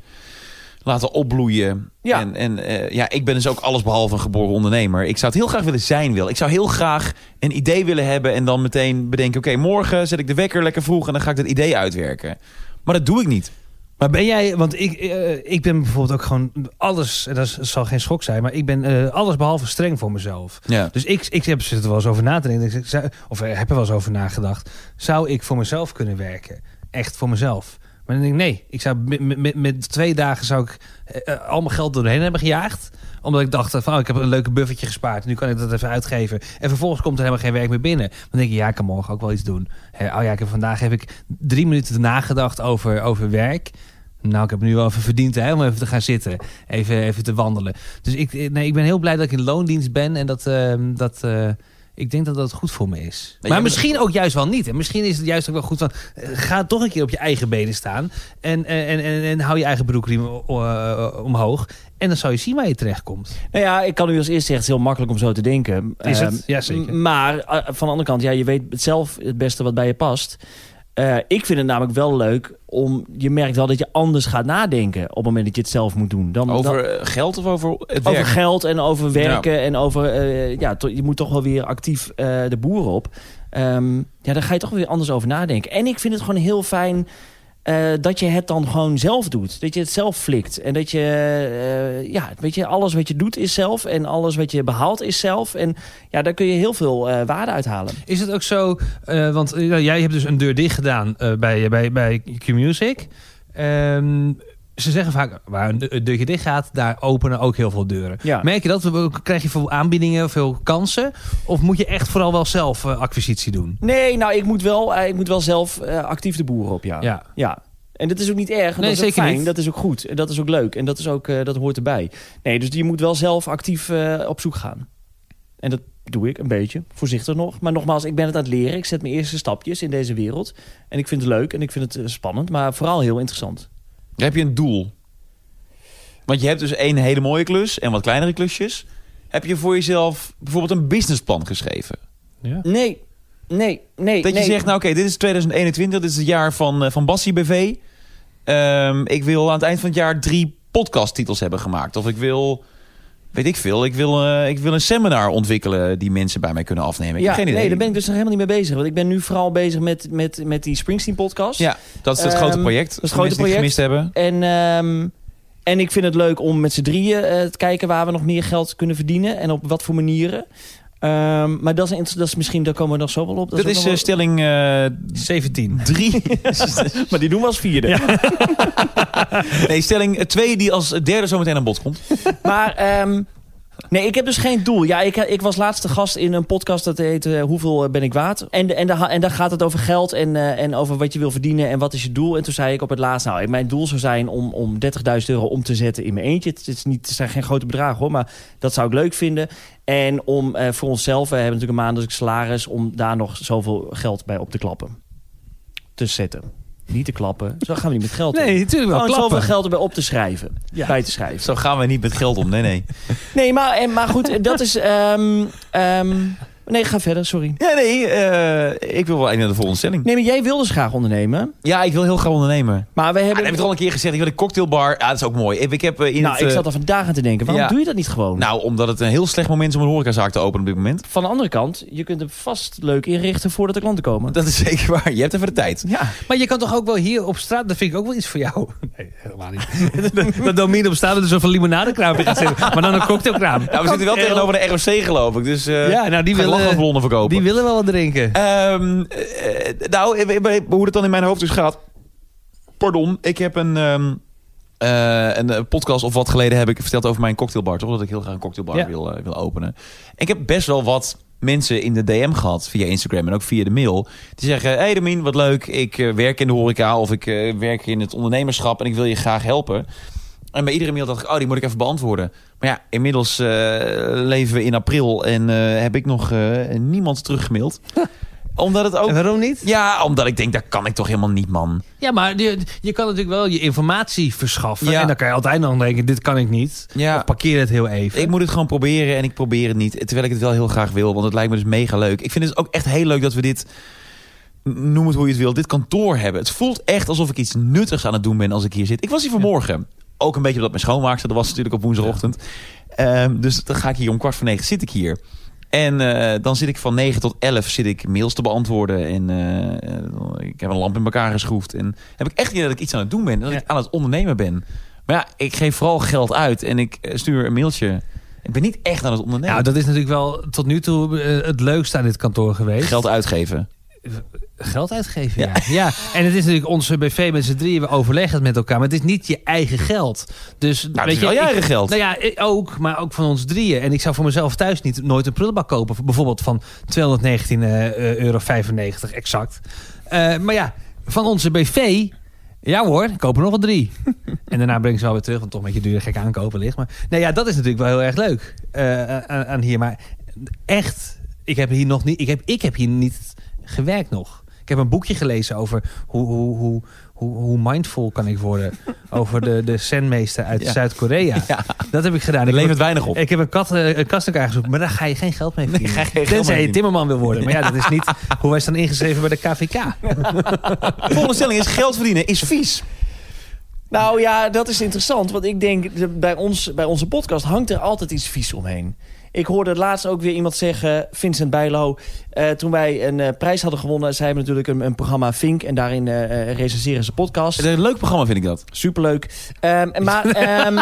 C: laten opbloeien.
B: Ja.
C: En, en eh, ja, ik ben dus ook allesbehalve een geboren ondernemer. Ik zou het heel graag willen zijn, Wil. Ik zou heel graag een idee willen hebben en dan meteen bedenken... oké, morgen zet ik de wekker lekker vroeg en dan ga ik dat idee uitwerken. Maar dat doe ik niet.
A: Maar ben jij, want ik, eh, ik ben bijvoorbeeld ook gewoon alles, en dat is- zal geen schok zijn, maar ik ben eh, alles behalve streng voor mezelf.
C: Ja.
A: Dus ik, ik heb zitten er wel eens over na te denken, Ik zou- of eh, heb er wel eens over nagedacht. Zou ik voor mezelf kunnen werken? Echt voor mezelf? Maar dan denk ik, nee, ik zou met, met- met, met twee dagen zou ik eh, eh, al mijn geld doorheen hebben gejaagd. Omdat ik dacht, van, oh, ik heb een leuke buffertje gespaard. Nu kan ik dat even uitgeven. En vervolgens komt er helemaal geen werk meer binnen. Dan denk ik, ja, ik kan morgen ook wel iets doen. Hè, oh ja, ik heb, vandaag heb ik drie minuten nagedacht over, over werk. Nou, ik heb nu wel even verdiend hè, om even te gaan zitten. Even, even te wandelen. Dus ik, nee, ik ben heel blij dat ik in loondienst ben. En dat, ehm, dat eh, ik denk dat dat goed voor me is.
C: jij
A: maar
C: bent-
A: misschien ook juist wel niet. En misschien is het juist ook wel goed van... eh, ga toch een keer op je eigen benen staan. En, en, en, en, en hou je eigen broekriem eh, omhoog. En dan zal je zien waar je terechtkomt.
B: Nou ja, ik kan u als eerst zeggen, het is heel makkelijk om zo te denken.
A: Is het?
B: Ehm,
A: Ja, zeker.
B: m- Maar eh, van de andere kant, ja, je weet het zelf het beste wat bij je past. Eh, ik vind het namelijk wel leuk om... Je merkt wel dat je anders gaat nadenken op het moment dat je het zelf moet doen. Dan, dan-
C: Over eh, geld of over het
B: over
C: werk?
B: geld en over werken en over... eh, ja, to- je moet toch wel weer actief eh, de boer op. Ehm, ja, daar ga je toch weer anders over nadenken. En ik vind het gewoon heel fijn eh, dat je het dan gewoon zelf doet. Dat je het zelf flikt. En dat je, eh, ja, weet je, alles wat je doet is zelf. En alles wat je behaalt is zelf. En ja, daar kun je heel veel eh, waarde uithalen.
A: Is het ook zo, eh, want eh, nou, jij hebt dus een deur dicht gedaan eh, bij, bij, bij Q-Music. Ehm, ze zeggen vaak, waar een de- een deurtje dicht gaat, daar openen ook heel veel deuren.
B: Ja.
A: Merk je dat? Krijg je veel aanbiedingen, veel kansen? Of moet je echt vooral wel zelf eh, acquisitie doen?
B: Nee, nou, ik moet wel, eh, ik moet wel zelf eh, actief de boeren op, ja.
A: Ja.
B: En dat is ook niet erg. En
A: Nee,
B: dat is ook
A: zeker
B: fijn.
A: niet.
B: Dat is ook goed. En dat is ook leuk. En dat, is ook, eh, dat hoort erbij. Nee, dus je moet wel zelf actief eh, op zoek gaan. En dat doe ik een beetje. Voorzichtig nog. Maar nogmaals, ik ben het aan het leren. Ik zet mijn eerste stapjes in deze wereld. En ik vind het leuk en ik vind het eh, spannend. Maar vooral heel interessant.
C: Heb je een doel? Want je hebt dus één hele mooie klus en wat kleinere klusjes. Heb je voor jezelf bijvoorbeeld een businessplan geschreven?
B: Nee, nee, nee.
C: Dat je
B: nee.
C: zegt, nou oké, dit is 2021, dit is het jaar van, eh, van Bassie BV. Ehm, ik wil aan het eind van het jaar drie podcasttitels hebben gemaakt. Of ik wil, weet ik veel, ik wil, eh, ik wil een seminar ontwikkelen die mensen bij mij kunnen afnemen. Ik
B: Ja,
C: heb geen idee.
B: nee, daar ben ik dus nog helemaal niet mee bezig. Want ik ben nu vooral bezig met, met, met die Springsteen-podcast.
C: Ja, dat is het
B: Ehm,
C: grote project.
B: dat is het
C: voor
B: grote
C: mensen die
B: project.
C: gemist hebben.
B: En, ehm, en ik vind het leuk om met z'n drieën eh, te kijken waar we nog meer geld kunnen verdienen. En op wat voor manieren. Ehm, maar dat is, een inter- dat is misschien, daar komen we nog zo wel op.
C: Dat
B: ook
C: is
B: nog wel-
C: eh, stelling eh,
A: 17.
C: drie. (laughs)
B: (laughs) maar die doen we als vierde.
C: nee, stelling eh, twee die als derde zometeen aan bod komt.
B: Maar ehm, nee, ik heb dus geen doel. Ja, ik, ik was laatste gast in een podcast dat heet eh, Hoeveel ben ik waard? En, en, daar, en daar gaat het over geld en, eh, en over wat je wil verdienen en wat is je doel. En toen zei ik op het laatst, nou, mijn doel zou zijn om, om 30.000 euro om te zetten in mijn eentje. Het, is niet, het zijn geen grote bedragen hoor, maar dat zou ik leuk vinden. En om eh, voor onszelf, we hebben natuurlijk een maandelijks salaris, om daar nog zoveel geld bij op te klappen. Te zetten. Niet te klappen. Zo gaan we niet met geld om.
A: Nee, natuurlijk wel.
B: Gewoon zoveel
A: Klappen.
B: geld erbij op te schrijven.
A: Ja.
B: Bij te schrijven.
C: Zo gaan we niet met geld om, nee, nee.
B: Nee, maar, en- maar goed, eh, dat is... ehm, ehm, nee, ga verder, sorry.
C: Ja, nee, eh, ik wil wel eigenlijk naar de volgende stelling.
B: Nee, maar jij wil dus graag ondernemen.
C: Ja, ik wil heel graag ondernemen.
B: Maar we
C: Ah, dat
B: hebben...
C: heb ik toch al een keer gezegd. Ik wil een cocktailbar. Ja, dat is ook mooi. Ik, ik heb eh, in
B: nou,
C: het,
B: ik
C: eh,
B: zat er vandaag aan te denken. Waarom
C: ja.
B: doe je dat niet gewoon?
C: Nou, omdat het een heel slecht moment is om een horecazaak te openen op dit moment.
B: Van de andere kant, je kunt hem vast leuk inrichten voordat de klanten komen.
C: Dat is zeker waar. Je hebt even de tijd.
B: Ja.
A: Maar je kan toch ook wel hier op straat, dat vind ik ook wel iets voor jou. Nee, helemaal niet. (laughs) dat Domine op straat er zo'n limonadekraam in gaat zitten. Maar dan een cocktailkraam.
C: Nou, we zitten wel tegenover de ROC geloof ik. Dus eh
A: Ja, nou die
C: gaan
A: willen,
C: lachgasballonnen verkopen.
A: die willen wel wat drinken.
C: Ehm, eh, nou, eh, eh, eh, hoe dat dan in mijn hoofd dus gaat. Pardon, ik heb een, ehm, eh, een eh, podcast of wat geleden heb ik verteld over mijn cocktailbar. Toch dat ik heel graag een cocktailbar
A: Ja.
C: wil, eh, wil openen. En ik heb best wel wat mensen in de DM gehad via Instagram en ook via de mail. Die zeggen, hey Damien, wat leuk. Ik eh, werk in de horeca of ik eh, werk in het ondernemerschap en ik wil je graag helpen. En bij iedere mail dacht ik, oh, die moet ik even beantwoorden. Maar ja, inmiddels eh, leven we in april en eh, heb ik nog eh, niemand teruggemaild. Omdat het ook...
A: En waarom niet?
C: Ja, omdat ik denk, dat kan ik toch helemaal niet, man.
A: Ja, maar je, je kan natuurlijk wel je informatie verschaffen.
C: Ja.
A: En dan kan je altijd nog denken, dit kan ik niet.
C: Ja.
A: Of parkeer het heel even.
C: Ik moet het gewoon proberen en ik probeer het niet. Terwijl ik het wel heel graag wil, want het lijkt me dus mega leuk. Ik vind het ook echt heel leuk dat we dit, noem het hoe je het wil, dit kantoor hebben. Het voelt echt alsof ik iets nuttigs aan het doen ben als ik hier zit. Ik was hier vanmorgen. Ook een beetje omdat mijn schoonmaakster er was natuurlijk op woensdagochtend. Ehm, dus dan ga ik hier om kwart voor negen zit ik hier. En eh, dan zit ik van 9 tot 11 zit ik mails te beantwoorden. En eh, eh, ik heb een lamp in elkaar geschroefd. En heb ik echt niet dat ik iets aan het doen ben. Dat
A: Ja.
C: ik aan het ondernemen ben. Maar ja, ik geef vooral geld uit. En ik eh, stuur een mailtje. Ik ben niet echt aan het ondernemen.
A: Nou, dat is natuurlijk wel tot nu toe eh, het leukste aan dit kantoor geweest.
C: Geld uitgeven.
A: Geld uitgeven, ja. ja. En het is natuurlijk onze BV met z'n drieën, we overleggen het met elkaar. Maar het is niet je eigen geld. Dus,
C: Nou, het is wel
A: je,
C: je
A: ik-
C: eigen geld.
A: Nou ja, ik ook, maar ook van ons drieën. En ik zou voor mezelf thuis niet nooit een prullenbak kopen. Bijvoorbeeld van 219,95 euro exact. Eh, maar ja, van onze BV... Ja hoor, ik koop er nog wel drie. (laughs) en daarna breng ik ze wel weer terug, want toch een beetje duur en gek aankopen ligt. Maar nou ja, dat is natuurlijk wel heel erg leuk eh, aan, aan hier. Maar echt, ik heb hier nog niet, ik heb, ik heb hier niet gewerkt nog. Ik heb een boekje gelezen over hoe, hoe, hoe, hoe, hoe mindful kan ik
C: (laughs)
A: worden. Over de, de zenmeester uit
C: Ja.
A: Zuid-Korea.
C: Ja.
A: Dat heb ik gedaan.
C: Dat
A: Ik heb,
C: levert weinig op.
A: ik heb een, kat, eh, een kast in elkaar gezocht, maar daar ga je geen geld mee
C: (laughs)
A: verdienen.
C: ga je geen geld mee
A: Tenzij je
C: verdienen.
A: timmerman wil worden. Maar ja, dat is niet hoe wij staan ingeschreven bij de
C: (laughs)
A: KVK.
C: De volgende stelling is geld verdienen is vies.
B: Nou ja, dat is interessant. Want ik denk, de- bij, ons, bij onze podcast hangt er altijd iets vies omheen. Ik hoorde laatst ook weer iemand zeggen, Vincent Bijlo... eh, toen wij een eh, prijs hadden gewonnen... zij hebben natuurlijk een, een programma Vink... en daarin eh eh, recenseren ze podcasts.
C: Het is Een leuk programma vind ik dat.
B: Superleuk. Ehm,
C: (laughs)
B: maar. ehm,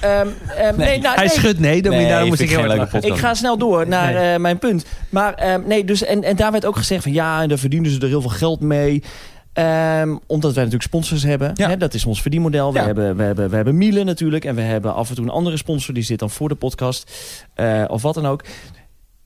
B: ehm, ehm, nee, nou,
A: Hij
B: nee.
A: schudt nee, dan
C: Nee,
A: daarom moest ik
C: vind ik
A: heel
C: geen
A: erg
C: leuke
A: lachen.
B: Ik ga snel door naar
A: Nee.
B: eh, mijn punt. Maar ehm, nee, dus en, en daar werd ook gezegd van ja, en daar verdienen ze er heel veel geld mee. Ehm, Ehm, omdat wij natuurlijk sponsors hebben.
C: Ja.
B: Hè, dat is ons verdienmodel. We,
C: Ja.
B: hebben, we, hebben, we hebben Miele natuurlijk. En we hebben af en toe een andere sponsor. Die zit dan voor de podcast. eh, of wat dan ook.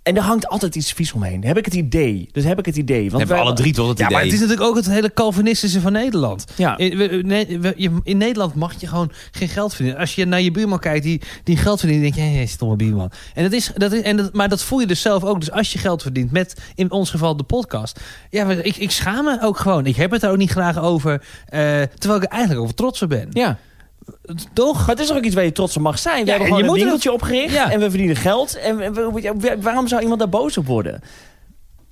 B: En er hangt altijd iets vies omheen. Heb ik het idee. Dus heb ik het idee. Want
C: Hebben we
B: wij-
C: alle drie toch het
A: Ja,
C: idee.
A: maar het is natuurlijk ook het hele Calvinistische van Nederland.
B: Ja.
A: In, we- we- nee, we- je- in Nederland mag je gewoon geen geld verdienen. Als je naar je buurman kijkt die, die geld verdient, dan denk je, hé, hey, stomme buurman. En dat is, dat is, en dat, maar dat voel je dus zelf ook. Dus als je geld verdient met, in ons geval, de podcast. Ja, maar ik, ik schaam me ook gewoon. Ik heb het er ook niet graag over. eh, terwijl ik er eigenlijk over trots op ben.
B: Ja.
A: Toch?
B: Maar het is toch ook iets waar je trots op mag zijn. We hebben
A: en
B: gewoon
A: je
B: een
A: moet er
B: winkeltje opgericht
A: Ja.
B: en we verdienen geld. En we- we- we- waarom zou iemand daar boos op worden?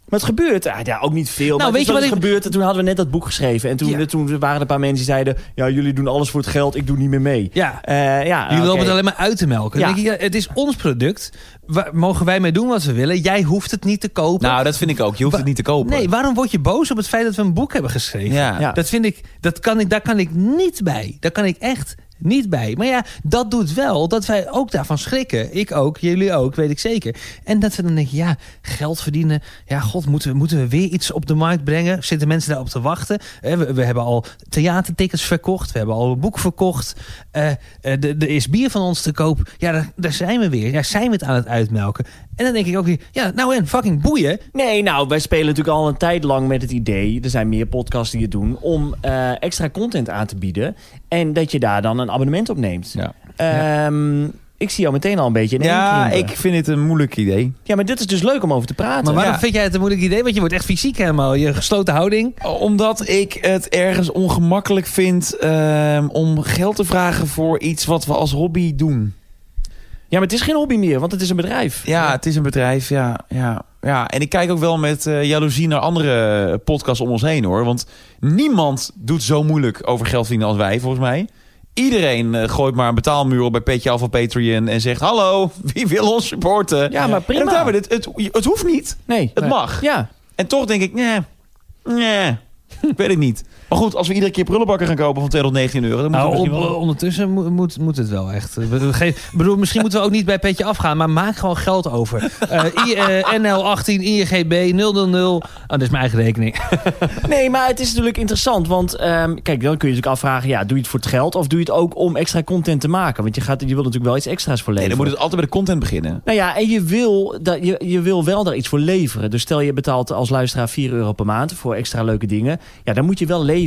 B: Maar het gebeurt ah, ja, ook niet veel. maar
A: Nou, weet
B: weet
A: je
B: je
A: wat
B: het
A: ik-
B: gebeurt? En Toen hadden we net dat boek geschreven. En toen, eh,
A: Ja.
B: toen waren er een paar mensen die zeiden... Ja, jullie doen alles voor het geld. Ik doe niet meer mee.
A: Ja.
B: Eh, ja,
A: Jullie
B: oké.
A: lopen het alleen maar uit te melken. Dan
B: Ja.
A: Denk ik, ja, het is ons product. Waar, mogen wij mee doen wat we willen? Jij hoeft het niet te kopen.
C: Nou, dat vind ik ook. Je hoeft
A: Wa-
C: het niet te kopen.
A: nee, waarom word je boos op het feit dat we een boek hebben geschreven?
C: ja.
B: Ja.
A: Dat vind ik, dat kan ik, daar kan ik niet bij. Daar kan ik echt niet bij. Maar ja, dat doet wel dat wij ook daarvan schrikken. Ik ook, jullie ook, weet ik zeker. En dat we dan denken, ja, geld verdienen. Ja, god, moeten we, moeten we weer iets op de markt brengen? Zitten mensen daarop te wachten? Eh, We, we hebben al theatertickets verkocht. We hebben al een boek verkocht. Eh, eh, de- Er is bier van ons te koop. Ja, daar, daar zijn we weer. Ja, zijn we het aan het uitmelken. En dan denk ik ook weer, ja, nou en, fucking boeien.
B: Nee, nou, wij spelen natuurlijk al een tijd lang met het idee... er zijn meer podcasts die het doen... om eh, extra content aan te bieden. En dat je daar dan een abonnement op neemt.
C: Ja.
B: Ehm, Ik zie jou meteen al een beetje in
C: Ja,
B: één
C: ik vind het een moeilijk idee.
B: Ja, maar dit is dus leuk om over te praten.
A: Maar waarom
C: Ja.
A: vind jij het een moeilijk idee? Want je wordt echt fysiek helemaal. Je gesloten houding.
C: Omdat ik het ergens ongemakkelijk vind ehm, om geld te vragen voor iets wat we als hobby doen.
B: Ja, maar het is geen hobby meer, want het is een bedrijf.
C: Ja, het is een bedrijf, ja. ja, ja. En ik kijk ook wel met eh, jaloezie naar andere eh, podcasts om ons heen, hoor. Want niemand doet zo moeilijk over geld verdienen als wij, volgens mij. Iedereen eh, gooit maar een betaalmuur op bij Petje Af van Patreon en zegt... Hallo, wie wil ons supporten?
B: Ja, maar prima.
C: En ook daar weer, het, het, het hoeft niet.
B: Nee.
C: Het
B: Nee.
C: mag.
B: Ja.
C: En toch denk ik, nee,
A: (laughs)
C: nee, ik weet het niet. Maar goed, als we iedere keer prullenbakken gaan kopen van 219 euro... Dan moeten
A: Nou,
C: we misschien
A: op-
C: wel...
A: ondertussen moet, moet, moet het wel echt. We- we ge- Ik bedoel, misschien moeten we ook niet bij Petje afgaan, maar maak gewoon geld over. Eh, I- eh, NL18, INGB, 000. Ah, dat is mijn eigen rekening.
B: Nee, maar het is natuurlijk interessant, want ehm, kijk, dan kun je natuurlijk afvragen, ja, doe je het voor het geld of doe je het ook om extra content te maken? Want je, gaat, je wil natuurlijk wel iets extra's voor
C: Nee,
B: leveren.
C: dan moet het altijd bij de content beginnen.
B: Nou ja, en je wil, dat, je, je wil wel daar iets voor leveren. Dus stel je betaalt als luisteraar 4 euro per maand voor extra leuke dingen. Ja, dan moet je wel leveren.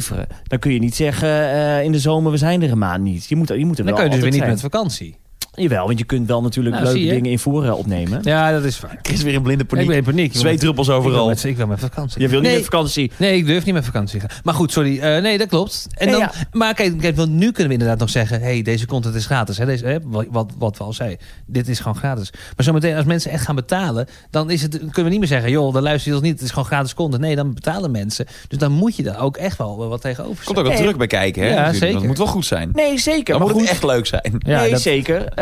B: Dan kun je niet zeggen eh, in de zomer, we zijn er een maand niet. Je moet, je moet
A: Dan
B: er wel
A: kan je dus weer niet
B: altijd
A: met
B: zijn.
A: vakantie.
B: Jawel, want je kunt wel natuurlijk
A: Nou, zie
B: leuke
A: je.
B: dingen in voeren opnemen.
A: Ja, dat is waar.
C: Er is weer een blinde
A: Ik ben
C: paniek.
A: in paniek. jongen.
C: Zweetdruppels
A: Ik wil
C: overal.
A: met, ik wil met vakantie.
B: Je wil niet
A: nee,
B: met vakantie.
A: Nee, ik durf niet met vakantie te gaan. Maar goed, sorry. Eh, nee, dat klopt. En
B: Nee,
A: dan,
B: ja.
A: Maar kijk, kijk, want nu kunnen we inderdaad nog zeggen... hey, deze content is gratis. Hè? Deze, hè? Wat, wat, wat we al zeiden. Dit is gewoon gratis. Maar zometeen als mensen echt gaan betalen... dan is het, kunnen we niet meer zeggen... joh, dan luister je ons niet. Het is gewoon gratis content. Nee, dan betalen mensen. Dus dan moet je daar ook echt wel eh, wat tegenover
C: Komt
A: zetten.
C: ook wel
B: Nee.
C: druk bij kijken, hè?
A: Ja,
C: natuurlijk.
A: zeker.
C: Dat moet wel goed zijn.
B: Nee, zeker.
C: Dan
B: maar
C: moet het
B: goed.
C: echt leuk zijn.
A: Ja,
B: nee,
A: dat-
B: zeker. Ehm,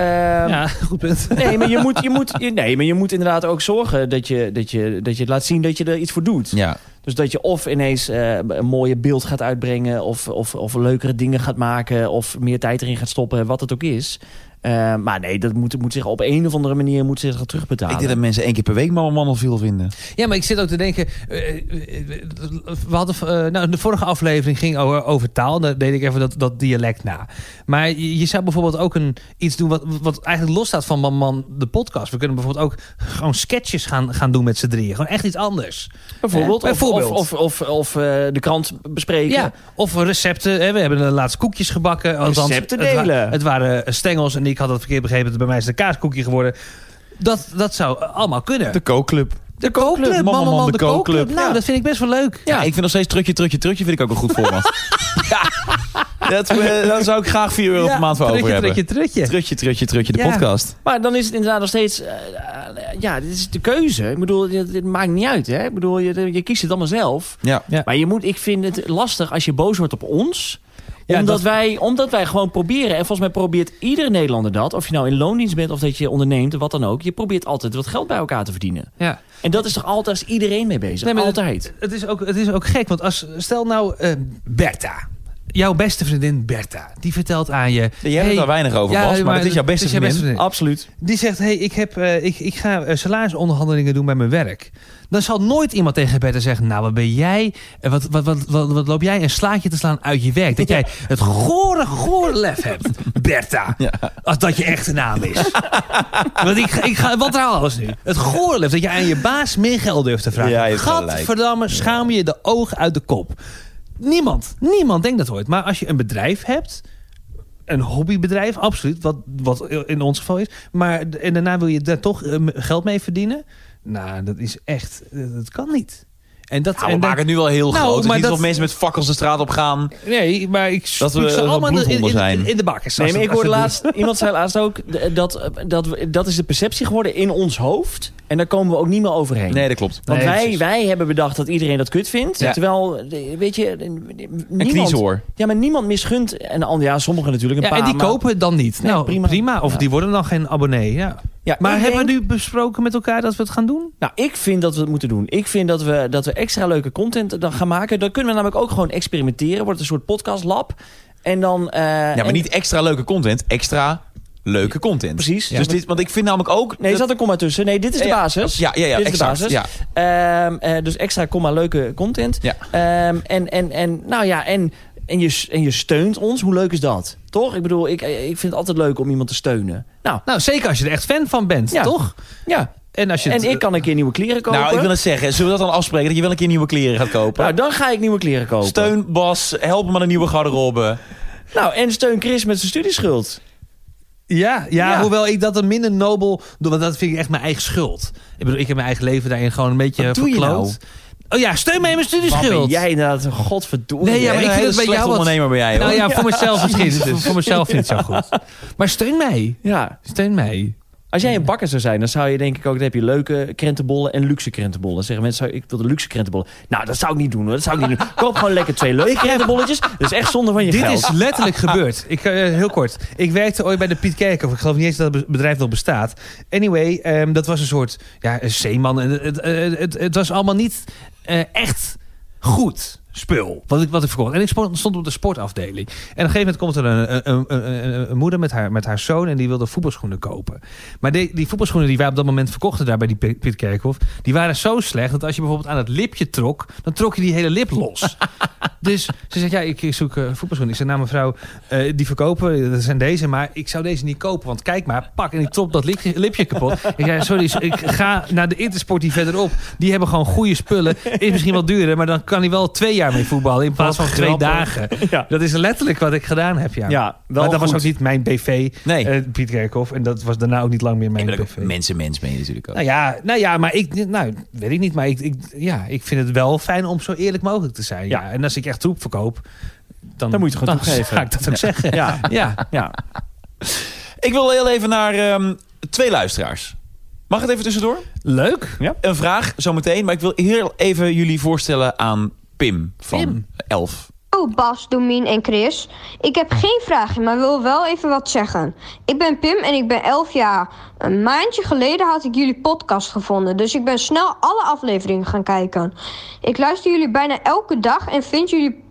A: Ja, (laughs) goed punt.
B: (laughs) Nee, maar je moet, je moet, je- nee, maar je moet inderdaad ook zorgen dat je, dat, je, dat je laat zien dat je er iets voor doet.
C: Ja.
B: Dus dat je of ineens eh, een mooie beeld gaat uitbrengen... Of, of, of leukere dingen gaat maken... of meer tijd erin gaat stoppen, wat het ook is. Eh, maar nee, dat moet, moet zich op een of andere manier moet zich terugbetalen.
C: Ik denk dat mensen één keer per week Mama Man veel vinden.
A: Ja, maar ik zit ook te denken. eh, eh, we hadden, eh, nou, de vorige aflevering ging over, over taal. Daar deed ik even dat, dat dialect na. Maar je, je zou bijvoorbeeld ook een, iets doen wat, wat eigenlijk losstaat van Man Man de podcast. We kunnen bijvoorbeeld ook gewoon sketches gaan, gaan doen met z'n drieën. Gewoon echt iets anders.
B: bijvoorbeeld.
A: Eh, bijvoorbeeld.
B: Of, of, of, of, eh, de krant bespreken.
A: Ja, of recepten. Hè, we hebben eh, laatst koekjes gebakken. Althans,
B: Recepten
A: het wa-
B: delen.
A: het waren eh, stengels en ik had het verkeerd begrepen. dat Bij mij is het een kaaskoekje geworden. Dat, dat zou eh, allemaal kunnen.
C: De kookclub.
A: De kookclub.
C: Man, Man, Man, de kookclub.
A: Nou,
C: Ja.
A: dat vind ik best wel leuk.
C: Ja. ik vind nog steeds trutje, trutje, trutje vind ik ook een goed format. (laughs) ja. dat, eh, daar zou ik graag 4 euro per maand voor over hebben.
A: Trutje, trutje, trutje.
C: Trutje, trutje, trutje, de
A: Ja.
C: podcast.
B: Maar dan is het inderdaad nog steeds... eh, eh, ja, dit is de keuze. Ik bedoel, dit, dit maakt niet uit. Hè? Ik bedoel, je, je kiest het allemaal zelf.
C: Ja.
B: Maar je moet, ik vind het lastig als je boos wordt op ons.
A: Ja,
B: omdat,
A: dat-
B: wij, omdat wij gewoon proberen. En volgens mij probeert ieder Nederlander dat. Of je nou in loondienst bent of dat je onderneemt. Wat dan ook. Je probeert altijd wat geld bij elkaar te verdienen.
A: Ja.
B: En dat is toch altijd is iedereen mee bezig.
A: Nee, maar dat-
B: altijd.
A: Het, is ook, het is ook gek, want als, stel nou eh, Bertha. jouw beste vriendin Bertha, die vertelt aan je...
C: Jij hebt
A: hey,
C: het daar weinig over, Bas, maar, het is jouw beste
A: het is jouw
C: vriendin.
B: Absoluut.
A: Die zegt, hey, ik, heb, eh, ik, ik ga eh, salarisonderhandelingen doen bij mijn werk. Dan zal nooit iemand tegen Bertha zeggen... nou, wat ben jij, eh, wat, wat, wat, wat, wat loop jij een slaatje te slaan uit je werk? Dat jij het gore, gore lef
C: (laughs)
A: hebt, Bertha. Als dat je echte naam is. Want ik, ga- ik ga, wat trouwens alles nu? Het gore lef dat je aan je baas meer geld durft te vragen.
C: Ja, je hebt gelijk.
A: Gadverdamme, schaam je de ogen uit de kop. Niemand, niemand denkt dat ooit. Maar als je een bedrijf hebt, een hobbybedrijf, absoluut, wat, wat in ons geval is. Maar d- en daarna wil je daar toch eh, m- geld mee verdienen. Nou, dat is echt, eh, dat kan niet. En dat,
C: Nou, we
A: en dat-
C: maken het nu wel heel
A: Nou,
C: groot. Het is
A: maar
C: niet
A: dat-
C: alsof mensen met fakkels de straat op gaan.
A: nee, maar ik
C: Dat we-
A: spuug ze
C: dat we
A: allemaal in de- in,
C: bloedhonden
A: in, in,
C: zijn.
A: de bakkers.
B: Nee,
A: als
B: maar
A: het-
B: ik
A: als
B: hoorde
A: het
B: laatst, (laughs) iemand zei laatst ook, d- dat, eh, dat, we- dat is de perceptie geworden in ons hoofd. En daar komen we ook niet meer overheen.
C: Nee, dat klopt.
A: Nee,
B: Want wij,
A: precies.
B: wij hebben bedacht dat iedereen dat kut vindt.
C: Ja.
B: Terwijl, eh, weet je, eh,
C: Een
B: niemand,
C: kniezoor.
B: ja, maar niemand misgunt. En ander, ja, sommigen natuurlijk, een
A: Ja,
B: paar.
A: en die
B: maar-
A: kopen het dan niet.
B: Nee,
A: nou, prima.
B: prima.
A: Of
B: Ja.
A: die worden dan geen abonnee. Ja.
B: Ja,
A: Maar
B: ik
A: hebben
B: denk-
A: we nu besproken met elkaar dat we het gaan doen?
B: Nou, ik vind dat we het moeten doen. Ik vind dat we, dat we extra leuke content dan gaan maken. Dan kunnen we namelijk ook gewoon experimenteren. Wordt een soort podcast lab. En dan... eh,
C: Ja, maar
B: en-
C: niet extra leuke content, extra leuke content.
B: Precies.
C: Dus dit, want ik vind namelijk ook...
B: Nee, er
C: dat-
B: zat een komma tussen. Nee, dit is de
C: Ja,
B: basis.
C: Ja, ja, ja,
B: Dit is de
C: exact.
B: basis.
C: Ja.
B: Ehm, eh, dus extra komma leuke content.
C: Ja.
B: Ehm, en, en, en nou ja, en, en, je, en je steunt ons. Hoe leuk is dat? Toch? Ik bedoel, ik, ik vind het altijd leuk om iemand te steunen. Nou,
A: Nou, zeker als je er echt fan van bent,
B: Ja.
A: toch?
B: ja.
A: En als je
B: En
A: het- eh,
B: ik kan een keer nieuwe kleren kopen.
C: Nou, ik wil het zeggen. Zullen we dat dan afspreken? Dat je wel een keer nieuwe kleren gaat kopen?
B: Nou, dan ga ik nieuwe kleren kopen.
C: Steun Bas, help hem aan een nieuwe garderobe.
B: Nou, en steun Chris met zijn studieschuld.
A: Ja, ja,
B: Ja.
A: hoewel ik dat een minder nobel doe, want dat vind ik echt mijn eigen schuld. Ik bedoel, ik heb mijn eigen leven daarin gewoon een beetje
B: Wat doe je
A: verkloot.
B: nou?
A: Oh ja, steun mij in mijn
B: Wat ben
A: studieschuld.
B: jij inderdaad, godverdomme.
A: Nee, ja,
C: Jij
A: maar
C: bent
A: ik
C: een
A: vind
C: hele
A: het bij
C: slechte
A: jou wat-
C: ondernemer ben jij, hoor.
A: nou ja, voor mezelf misschien.
B: (laughs)
A: Voor, voor mezelf niet zo goed. Maar steun mij.
B: Ja,
A: Steun mij.
B: als jij een bakker zou zijn, dan zou je denk ik ook... Dan heb je leuke krentenbollen en luxe krentenbollen. Zeggen mensen, zou- ik wil de luxe krentenbollen. Nou, dat zou ik niet doen hoor, dat zou ik niet doen. Koop gewoon lekker twee leuke krentenbolletjes. Dat is echt zonde van je
A: Dit
B: geld.
A: is
B: (laughs)
A: letterlijk gebeurd. Ik, eh, heel kort. Ik werkte ooit bij de Piet Kerkhoff. Ik geloof niet eens dat het be- bedrijf nog bestaat. Anyway, ehm, dat was een soort ja, een zeeman. En Het, het, eh, het, het was allemaal niet eh, echt goed spul wat ik, wat ik verkocht. En ik spo- stond op de sportafdeling. En op een gegeven moment komt er een, een, een, een- een- een moeder met haar, met haar zoon... en die wilde voetbalschoenen kopen. Maar die, die voetbalschoenen die wij op dat moment verkochten... daar bij die Piet Piet Kerkhoff... die waren zo slecht dat als je bijvoorbeeld aan het lipje trok... dan trok je die hele lip los. Dus ze zegt, ja, ik ik zoek eh, voetbalschoenen. Ik zeg, nou mevrouw, eh, die verkopen, dat zijn deze. Maar ik zou deze niet kopen, want kijk maar, pak. En ik trok dat lipje, lipje kapot. Ik zei, sorry, so- ik ga naar de Intersport die verderop. Die hebben gewoon goede spullen. Is misschien wel duurder, maar dan kan hij wel twee jaar mee voetballen... in plaats van
B: Wat
A: twee
B: grappig.
A: dagen.
B: (laughs) Ja.
A: Dat is letterlijk wat ik gedaan heb, ja.
B: Ja, wel
A: maar dat was
B: goed.
A: ook niet mijn BV,
C: Nee.
A: eh, Piet Kerkhoff. En dat was daarna ook niet lang meer mijn
C: Ben ik ook
A: BV.
C: mensen, mens ben je natuurlijk ook.
A: Nou ja, nou ja, maar ik, nou, weet ik niet. Maar ik, ik, ja, ik vind het wel fijn om zo eerlijk mogelijk te zijn. Ja.
B: Ja.
A: En als ik echt troep verkoop, dan, (laughs)
B: Dan moet je het gewoon toegeven.
A: ga ik dat ook zeggen.
B: Ja,
A: Ja.
B: ja.
C: Ik wil heel even naar ehm, twee luisteraars. Mag het even tussendoor?
A: Leuk.
C: Een vraag zometeen, maar ik wil heel even jullie voorstellen aan Pim van
A: Pim.
C: Elf.
E: Oh, Bas, Domien en Chris. Ik heb geen vragen, maar wil wel even wat zeggen. Ik ben Pim en ik ben 11 jaar. Een maandje geleden had ik jullie podcast gevonden, dus ik ben snel alle afleveringen gaan kijken. Ik luister jullie bijna elke dag en vind jullie,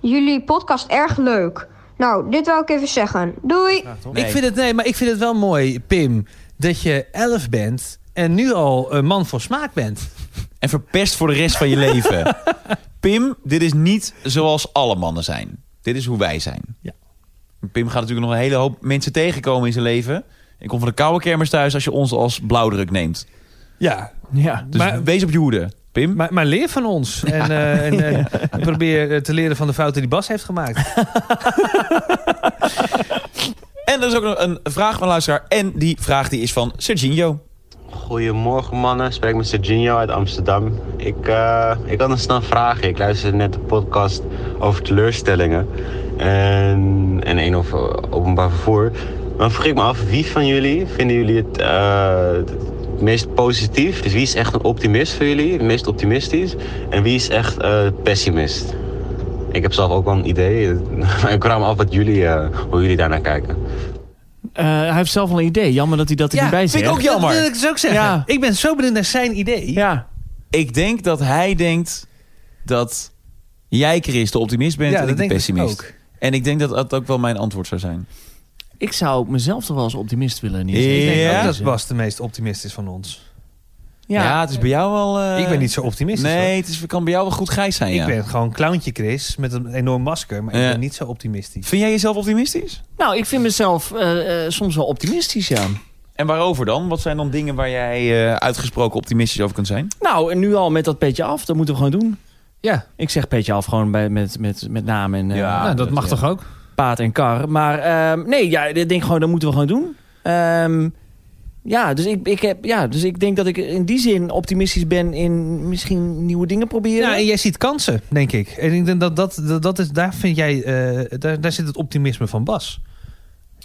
E: jullie podcast erg leuk. Nou, dit wou ik even zeggen. Doei!
A: Ik vind het, nee, maar ik vind het wel mooi, Pim, dat je elf bent en nu al een man van smaak bent.
C: En verpest voor de rest van je
A: (laughs)
C: leven. Pim, dit is niet zoals alle mannen zijn. Dit is hoe wij zijn.
B: Ja.
C: Pim gaat natuurlijk nog een hele hoop mensen tegenkomen in zijn leven. Ik kom van de koude kermis thuis als je ons als blauwdruk neemt.
A: Ja.
B: ja.
C: Dus
A: Maar-
C: wees op je hoede, Pim.
A: Maar, maar leer van ons. En, eh,
B: (laughs)
A: en, eh, probeer eh, te leren van de fouten die Bas heeft gemaakt.
C: En er is ook nog een vraag van een luisteraar. En die vraag die is van Serginho.
F: Goedemorgen mannen, spreek met Serginho uit Amsterdam. Ik, eh, ik had een snel vraag. Ik luisterde net de podcast over teleurstellingen en, en een over openbaar vervoer. Maar dan vroeg ik me af, wie van jullie vinden jullie het, eh, het meest positief? Dus wie is echt een optimist voor jullie, het meest optimistisch? En wie is echt eh, pessimist? Ik heb zelf ook wel een idee. (laughs) maar ik vraag me af wat jullie, eh, hoe jullie daarnaar kijken.
B: Eh, hij heeft zelf al een idee. Jammer dat hij dat er niet bij zit.
C: vind ik ook jammer.
A: Dat wil ik dus ook zeggen.
B: Ja.
A: Ik ben zo benieuwd naar zijn idee.
B: Ja.
C: Ik denk dat hij denkt dat jij, Chris, de optimist bent
A: Ja,
C: en
A: dat
C: ik de
A: denk ik
C: pessimist.
A: ook.
C: En ik denk dat dat ook wel mijn antwoord zou zijn.
B: Ik zou mezelf toch wel als optimist willen
C: Ik
A: Ik
B: neerzetten.
A: denk
C: Ja.
A: ook dat Bas de meest optimist is van ons.
C: Ja, het is bij jou wel... eh,
A: ik ben niet zo optimistisch. hoor.
C: Nee, het is, kan bij jou wel goed grijs zijn, ja.
A: Ik ben gewoon een clowntje, Chris, met een enorm masker. Maar
C: Ja.
A: ik ben niet zo optimistisch.
C: Vind jij jezelf optimistisch?
B: Nou, ik vind mezelf eh, eh, soms wel optimistisch, ja.
C: En waarover dan? Wat zijn dan dingen waar jij eh, uitgesproken optimistisch over kunt zijn?
B: Nou, en nu al met dat petje af, dat moeten we gewoon doen.
A: Ja,
B: Ik zeg petje af gewoon bij, met, met, met naam en eh,
A: nou, dat, mag toch ook?
B: paard en kar. Maar ehm, nee, ja, ik denk gewoon, dat moeten we gewoon doen. Ehm, ja, dus ik, ik heb, ja, dus ik denk dat ik in die zin optimistisch ben in misschien nieuwe dingen proberen.
A: Ja, en jij ziet kansen, denk ik. En ik denk dat, dat, dat, dat is, daar vind jij, eh, daar, daar zit het optimisme van Bas.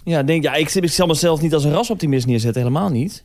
B: Ja, ik denk, ja ik, ik zal mezelf niet als een rasoptimist neerzetten, helemaal niet.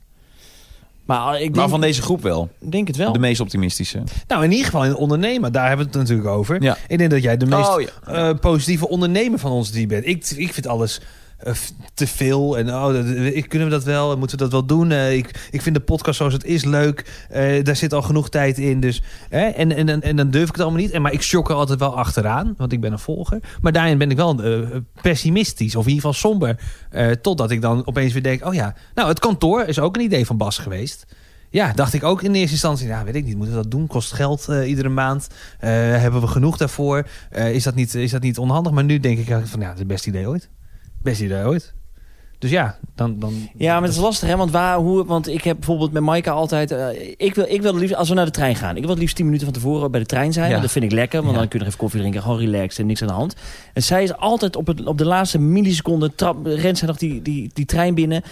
B: Maar ik denk,
C: Maar van deze groep wel.
B: denk het wel.
C: De meest optimistische.
A: Nou, in ieder geval in ondernemen, daar hebben we het natuurlijk over.
C: Ja.
A: Ik denk dat jij de meest
C: Oh, ja.
A: eh, positieve ondernemer van ons die bent. Ik, ik vind alles eh, f- te veel. En oh, dat- ik- kunnen we dat wel? Moeten we dat wel doen? Eh, ik, ik vind de podcast zoals het is leuk. Eh, daar zit al genoeg tijd in. Dus, hè? En, en, en, en dan durf ik het allemaal niet. En, maar ik sjok er altijd wel achteraan, want ik ben een volger. Maar daarin ben ik wel eh, pessimistisch of in ieder geval somber. Eh, totdat ik dan opeens weer denk, oh ja, nou het kantoor is ook een idee van Bas geweest. Ja, dacht ik ook in eerste instantie. Ja, weet ik niet. Moeten we dat doen? Kost geld eh, iedere maand. Eh, hebben we genoeg daarvoor? Eh, is, dat niet, is dat niet onhandig? Maar nu denk ik eigenlijk van, ja, het is het beste idee ooit. Best idee ooit. Dus ja, dan... dan
B: Ja, maar het is lastig, hè? Want, waar, hoe, want ik heb bijvoorbeeld met Maaike altijd... eh, ik, wil, ik wil het liefst, als we naar de trein gaan... Ik wil het liefst 10 minuten van tevoren bij de trein zijn.
A: Ja.
B: want Dat vind ik lekker, want
A: Ja.
B: dan kun je nog even koffie drinken. Gewoon relaxed en niks aan de hand. En zij is altijd op, het, op de laatste milliseconde... Trap, rent zij nog die, die, die trein binnen...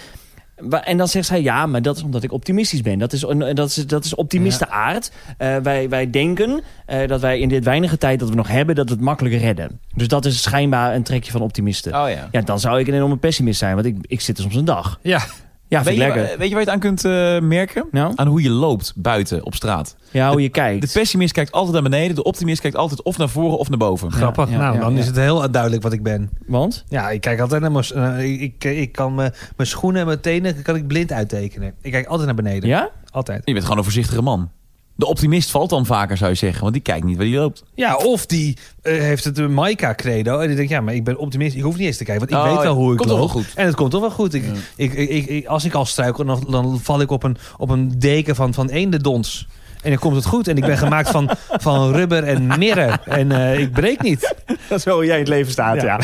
B: Wa- En dan zegt zij, ja, maar dat is omdat ik optimistisch ben. Dat is, een- dat is, dat is optimiste aard. Eh, wij, wij denken eh, dat wij in dit weinige tijd dat we nog hebben... dat we het makkelijk redden. Dus dat is schijnbaar een trekje van optimisten.
C: Oh ja.
B: Ja, dan zou ik een enorme pessimist zijn, want ik, ik zit er soms een dag.
A: Ja.
B: Ja,
C: Weet
B: vind
C: je,
B: ik lekker.
C: waar- weet je waar je het aan kunt eh, merken?
B: Nou?
C: Aan hoe je loopt buiten op straat.
B: Ja, hoe je
C: De
B: kijkt.
C: pessimist kijkt altijd naar beneden. De optimist kijkt altijd of naar voren of naar boven.
A: Grappig.
B: Ja, ja,
A: nou,
B: ja,
A: dan
B: ja.
A: is het heel duidelijk wat ik ben.
B: Want?
A: Ja, ik kijk altijd naar mijn... s- eh, ik- ik, ik kan mijn, mijn schoenen en mijn tenen kan ik blind uittekenen. Ik kijk altijd naar beneden.
B: Ja?
A: Altijd.
C: Je bent gewoon een voorzichtige man. De optimist valt dan vaker, zou je zeggen. Want die kijkt niet waar die loopt.
A: Ja, of die eh, heeft het een Maika-credo. En die denkt, ja, maar ik ben optimist. Ik hoef niet eens te kijken, want ik
C: Oh,
A: weet wel
C: ja.
A: hoe ik
C: Komt
A: loop.
C: toch wel goed?
A: En het komt toch wel goed. Ik, ik, ik, ik- ik- als ik al struikel, dan, dan val ik op een, op een deken van, van eendendons. En dan komt het goed. En ik ben gemaakt (laughs) van, van rubber en mirren. En eh, ik breek niet.
B: Dat is wel hoe jij in het leven staat, ja.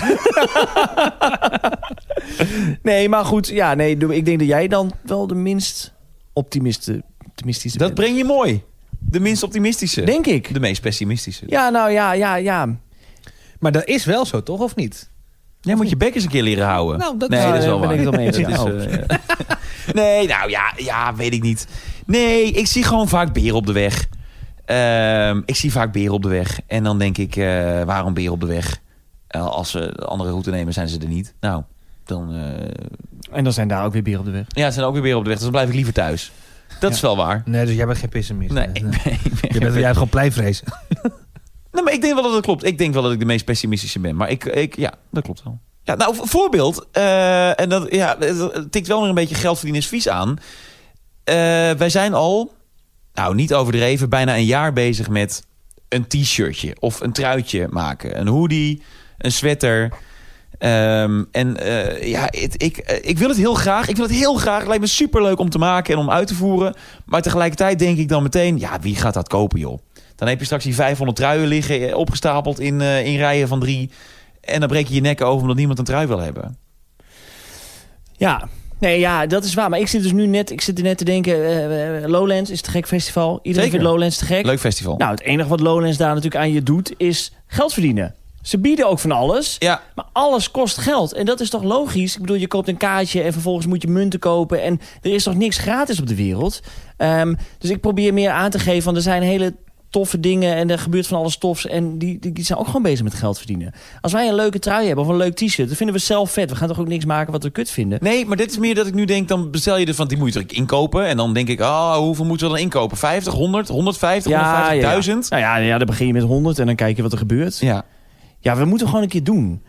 B: (laughs) nee, maar goed. Ja, nee, doe- ik denk dat jij dan wel de minst optimiste, optimistische
C: Dat
B: bent.
C: breng je mooi. De minst optimistische.
B: Denk ik.
C: De meest pessimistische.
B: Ja, nou ja, ja, ja.
A: Maar dat is wel zo, toch? Of niet?
C: Jij moet je bek eens een keer leren houden.
A: Nou, dat-
C: nee,
A: Nou,
C: dat is wel
B: daar
C: waar.
B: eh, ben ik het
C: (laughs)
B: wel mee eens, Oh.
C: Dat
B: ja.
C: is, eh, ja. nee, nou ja, ja, weet ik niet. Nee, ik zie gewoon vaak beren op de weg. Ehm, ik zie vaak beren op de weg. En dan denk ik, eh, waarom beren op de weg? Eh, als ze de andere route nemen, zijn ze er niet. Nou, dan... eh,
B: En dan zijn daar ook weer bier op de weg.
C: ja, ze zijn ook weer beren op de weg. Dus dan blijf ik liever thuis. Dat is wel waar.
A: Nee, dus jij bent geen pessimist.
C: Nee, ik ben- ik ben-
A: Je bent, jij hebt gewoon pleinvrees.
C: Nee, maar ik denk wel dat het klopt. Ik denk wel dat ik de meest pessimistische ben. Maar ik, ik ja, dat klopt wel. Ja, nou, een voorbeeld. eh, en dat ja, het tikt wel weer een beetje geld verdienen is vies aan. Eh, wij zijn al, nou niet overdreven, bijna een jaar bezig met een t-shirtje of een truitje maken. Een hoodie, een sweater. Ehm, en eh, ja, het- ik, eh, ik wil het heel graag. Ik wil het heel graag. Het lijkt me superleuk om te maken en om uit te voeren. Maar tegelijkertijd denk ik dan meteen, ja, wie gaat dat kopen, joh? Dan heb je straks die 500 truien liggen, eh, opgestapeld in, eh, in rijen van drie. En dan breek je je nek over omdat niemand een trui wil hebben.
B: Ja. Nee, ja, dat is waar. Maar ik zit dus nu net, ik zit er net te denken... eh, eh, Lowlands is te gek festival. Iedereen
C: Zeker.
B: vindt Lowlands te gek.
C: Leuk festival.
B: Nou, het enige wat Lowlands daar natuurlijk aan je doet, is geld verdienen. Ze bieden ook van alles,
C: Ja.
B: maar alles kost geld. En dat is toch logisch? Ik bedoel, je koopt een kaartje en vervolgens moet je munten kopen. En er is toch niks gratis op de wereld? Ehm, dus ik probeer meer aan te geven, want er zijn hele toffe dingen en er gebeurt van alles tofs. En die, die, die zijn ook gewoon bezig met geld verdienen. Als wij een leuke trui hebben of een leuk t-shirt, dan vinden we zelf vet. We gaan toch ook niks maken wat we kut vinden?
C: Nee, maar dit is meer dat ik nu denk, dan bestel je er van, die moet je er inkopen. En dan denk ik, ah, hoeveel moeten we dan inkopen? 50, 100, 150, 150.000?
B: ja. Nou ja, ja, dan begin je met 100 en dan kijk je wat er gebeurt.
C: ja.
B: Ja, we moeten gewoon een keer doen.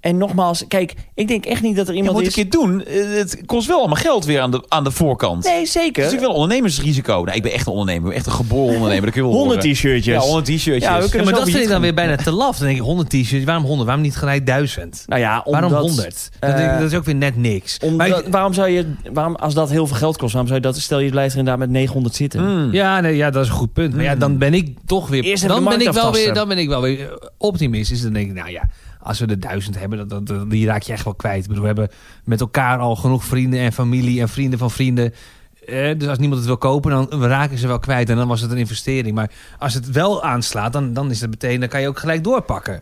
B: En nogmaals, kijk, ik denk echt niet dat er
C: Je
B: iemand
C: moet een
B: is...
C: keer doen. Eh, Het kost wel allemaal geld weer aan de, aan de voorkant.
B: Nee, zeker.
C: Het is natuurlijk wel een ondernemersrisico. Nou, ik ben echt een ondernemer. Ik ben echt een geboren ondernemer. Dat kun je wel
B: 100
C: horen.
B: t-shirtjes.
C: Ja, 100 t-shirtjes.
B: Ja, we
A: Ja,
B: kunnen
A: maar
B: zo
A: dat vind ik
B: failliet
A: dan
B: gaan.
A: weer bijna te laf. Dan denk ik, 100 t-shirts, waarom 100? Waarom niet gelijk 1000?
B: Nou ja, omdat,
A: waarom 100? Dat, denk ik,
B: eh,
A: dat is ook weer net niks. Maar
B: omdat-
A: ik-
B: waarom zou je, waarom, als dat heel veel geld kost, waarom zou je dat, stel je blijft er inderdaad met 900 zitten.
C: Mm.
A: ja, nee, ja, dat is een goed punt. Maar ja, dan ben ik toch weer.
B: Hmm. Eerst even
A: dan,
B: de
A: ben
B: markt
A: ik wel
B: aftasten.
A: weer dan ben ik wel weer eh, optimistisch. Dan denk ik, nou ja, als we de 1000 hebben, dat, dat, dat- die raak je echt wel kwijt. Ik bedoel, we hebben met elkaar al genoeg vrienden en familie en vrienden van vrienden. Eh, dus als niemand het wil kopen, dan we raken ze wel kwijt. En dan was het een investering. Maar als het wel aanslaat, dan, dan is dat meteen, dan kan je ook gelijk doorpakken.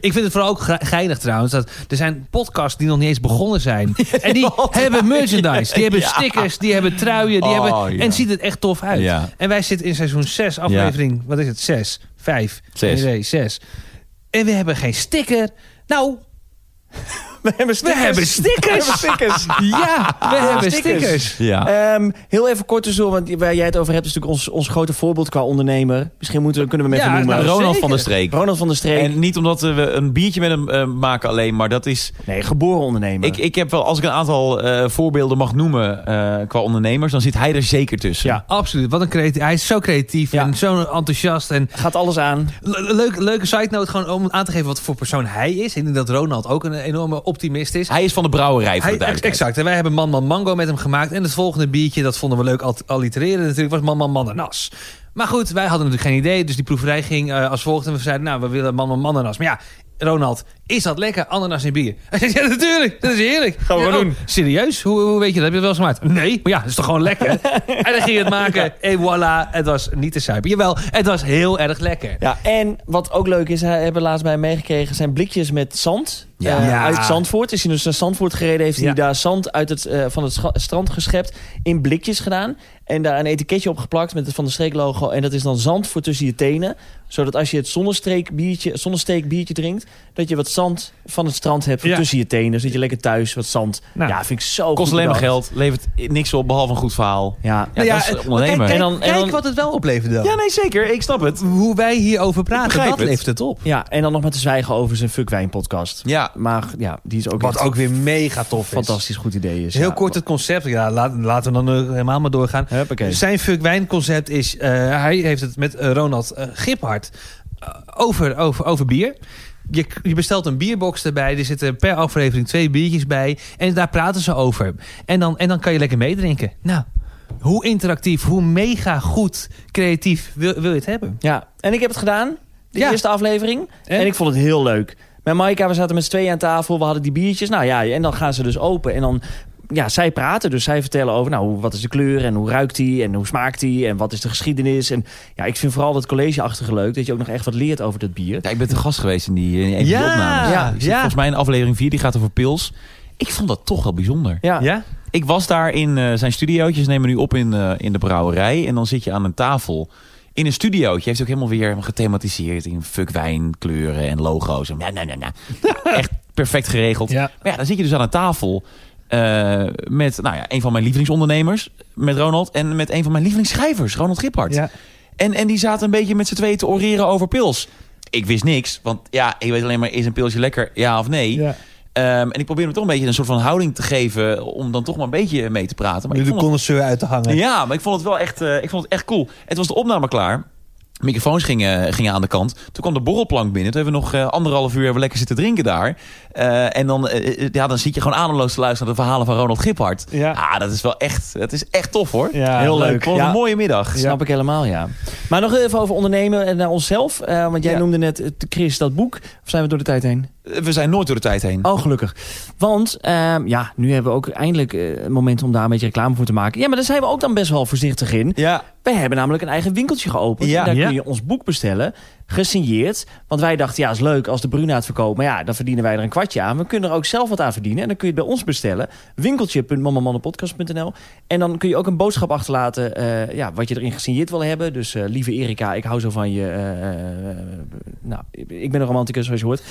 A: Ik vind het vooral ook gra- geinig trouwens. Dat er zijn podcasts die nog niet eens begonnen
B: (laughs)
A: zijn. En die hebben merchandise. Die hebben stickers, die hebben truien. Die
C: Oh,
A: hebben,
C: ja.
A: En ziet het echt tof uit.
C: Ja.
A: En wij zitten in seizoen 6, aflevering... Wat is het? 6? 5?
C: Zes.
A: Nee, 6. En we hebben geen sticker. Nou,
B: We hebben
A: we hebben (laughs) stickers.
B: We hebben stickers.
A: ja, (laughs) we hebben stickers.
C: Ja.
B: Ehm, heel even kort tussendoor, want waar jij het over hebt is natuurlijk ons, ons grote voorbeeld qua ondernemer. Misschien moeten, we- kunnen we hem
A: Ja,
B: even noemen.
A: nou,
C: Ronald
A: zeker.
C: van der Streek.
B: Ronald van der Streek.
C: En niet omdat eh, we een biertje met hem eh, maken alleen, maar dat is...
B: nee, geboren ondernemer.
C: Ik, ik heb wel, als ik een aantal eh, voorbeelden mag noemen eh, qua ondernemers, dan zit hij er zeker tussen.
B: Ja.
A: Absoluut. Wat een creatief. Hij is zo creatief
B: Ja.
A: en zo enthousiast. En
B: Gaat alles aan.
A: le- leuk, leuke side note gewoon om aan te geven wat voor persoon hij is. Ik denk dat Ronald ook een enorme optimist is.
C: Hij is van de brouwerij, voor de
A: Hij, ex-
C: duidelijkheid.
A: exact. En wij hebben Man Man Mango met hem gemaakt. En het volgende biertje, dat vonden we leuk al- allitereren natuurlijk, was Man Man Mannenas. Maar goed, wij hadden natuurlijk geen idee. Dus die proeverij ging eh, als volgt. En we zeiden, nou, we willen Man Man Mannenas. Maar ja, Ronald, is dat lekker? Ananas in bier. (laughs) Hij zei, ja, natuurlijk. Dat is heerlijk. Gaan
B: we doen.
A: serieus? Hoe, hoe weet je dat? Heb je het wel eens gemaakt? Nee. Maar ja, dat is toch gewoon lekker? en dan ging je het maken. En voilà, het was niet te suipen. Jawel, het was heel erg lekker.
B: Ja, en wat ook leuk is, hij hebben laatst bij hem meegekregen, zijn blikjes met zand.
A: Ja.
B: Eh,
A: Ja.
B: Uit Zandvoort. Is hij dus naar Zandvoort gereden, heeft
A: Ja.
B: hij daar zand uit het, eh, van het scha- strand geschept, in blikjes gedaan. En daar een etiketje op geplakt met het Van de Streek logo. En dat is dan zand voor tussen je tenen. Zodat als je het zonnestreek biertje, zonnesteek biertje drinkt, dat je wat zand van het strand hebt voor
A: Ja.
B: tussen je tenen. Zodat je lekker thuis wat zand.
A: Nou.
B: ja, vind ik zo
C: Kost
B: goed
C: alleen maar
B: bedacht.
C: geld, levert niks op behalve een goed verhaal.
B: Ja.
C: Ja, dat is
A: het-
C: ondernemer.
A: eh, Kijk,
B: En dan- en
A: kijk
B: dan-
A: wat het wel opleverde dan.
C: Ja, nee, zeker. Ik snap het.
A: Hoe wij hierover praten,
C: begrijp
A: dat
C: het.
A: levert het op.
B: ja, en dan nog maar te zwijgen over zijn Fuckwijn podcast.
C: Ja.
B: Maar ja, die is ook
A: Wat
B: echt
A: ook weer mega tof is.
B: fantastisch goed idee. Is,
A: Heel
B: ja.
A: kort het concept. Ja, laat- laten we dan eh, helemaal maar doorgaan.
B: Huppakee.
A: Zijn fuck wijn concept is... eh, hij heeft het met eh, Ronald eh, Giphart eh, over, over, over bier. Je, k- je bestelt een bierbox erbij. Er zitten per aflevering twee biertjes bij. En daar praten ze over. En dan, en dan kan je lekker meedrinken. Nou, hoe interactief, hoe mega goed creatief wil, wil je het hebben?
B: Ja, en ik heb het gedaan. De
A: Ja.
B: eerste aflevering.
A: En?
B: En? ik vond het heel leuk. Met Maika, we zaten met z'n tweeën aan tafel. We hadden die biertjes. Nou ja, en dan gaan ze dus open. En dan, ja, zij praten. Dus zij vertellen over, nou, hoe- wat is de kleur? En hoe ruikt die? En hoe smaakt die? En wat is de geschiedenis? En ja, ik vind vooral dat collegeachtige leuk. Dat je ook nog echt wat leert over dat bier.
C: Ja, ik ben te gast geweest in die, in een van die
A: Ja,
C: opnames.
A: ja,
C: Ik zit
A: ja.
C: Volgens mij in aflevering 4, die gaat over pils. Ik vond dat toch wel bijzonder.
B: Ja,
A: Ja?
C: Ik was daar in eh, zijn studiootjes, nemen nu op in, eh, in de brouwerij. En dan zit je aan een tafel in een studiootje. Heeft ook helemaal weer gethematiseerd in fuck wijn, kleuren en logo's. En, nou, nou, nou, nou. Ja, Echt perfect geregeld.
A: Ja.
C: Maar ja, dan zit je dus aan een tafel eh, met nou ja, een van mijn lievelingsondernemers, met Ronald. En met een van mijn lievelingsschrijvers, Ronald Giphart.
A: Ja.
C: En, en die zaten een beetje met z'n tweeën te oreren over pils. Ik wist niks, want ja, ik weet alleen maar, is een pilsje lekker, ja of nee? Ehm, en ik probeer hem toch een beetje een soort van houding te geven... om dan toch maar een beetje mee te praten. Maar ik vond het-
A: connoisseur uit te hangen.
C: ja, maar ik vond het wel echt, eh, ik vond het echt cool. En toen was de opname klaar. Microfoons gingen, gingen aan de kant. Toen kwam de borrelplank binnen. Toen hebben we nog eh, anderhalf uur hebben we lekker zitten drinken daar. Eh, en dan, eh, eh, ja, dan zit je gewoon ademloos te luisteren naar de verhalen van Ronald Giphart.
B: Ja.
C: Ah, dat is wel echt, dat is echt tof hoor.
B: Ja, heel leuk.
C: Gewoon
B: Ja.
C: een mooie middag.
B: Dat snap ik helemaal, ja. Maar nog even over ondernemen en naar onszelf. Eh, want jij
C: Ja.
B: noemde net, eh, Chris, dat boek. Of zijn we door de tijd heen?
C: We zijn nooit door de tijd heen.
B: Oh, gelukkig. Want ehm, ja, nu hebben we ook eindelijk eh, een moment om daar een beetje reclame voor te maken. Ja, maar daar zijn we ook dan best wel voorzichtig in.
C: Ja,
B: We hebben namelijk een eigen winkeltje geopend.
C: Ja.
B: En daar
A: Ja.
B: kun je ons boek bestellen, gesigneerd. Want wij dachten, ja, is leuk als de Bruna het verkoopt. Maar ja, dan verdienen wij er een kwartje aan. We kunnen er ook zelf wat aan verdienen. En dan kun je het bij ons bestellen. Winkeltje.mamamannenpodcast.nl En dan kun je ook een boodschap achterlaten eh, ja, wat je erin gesigneerd wil hebben. Dus eh, lieve Erika, ik hou zo van je. eh, eh, nou, ik ben een romanticus, zoals je hoort. (laughs)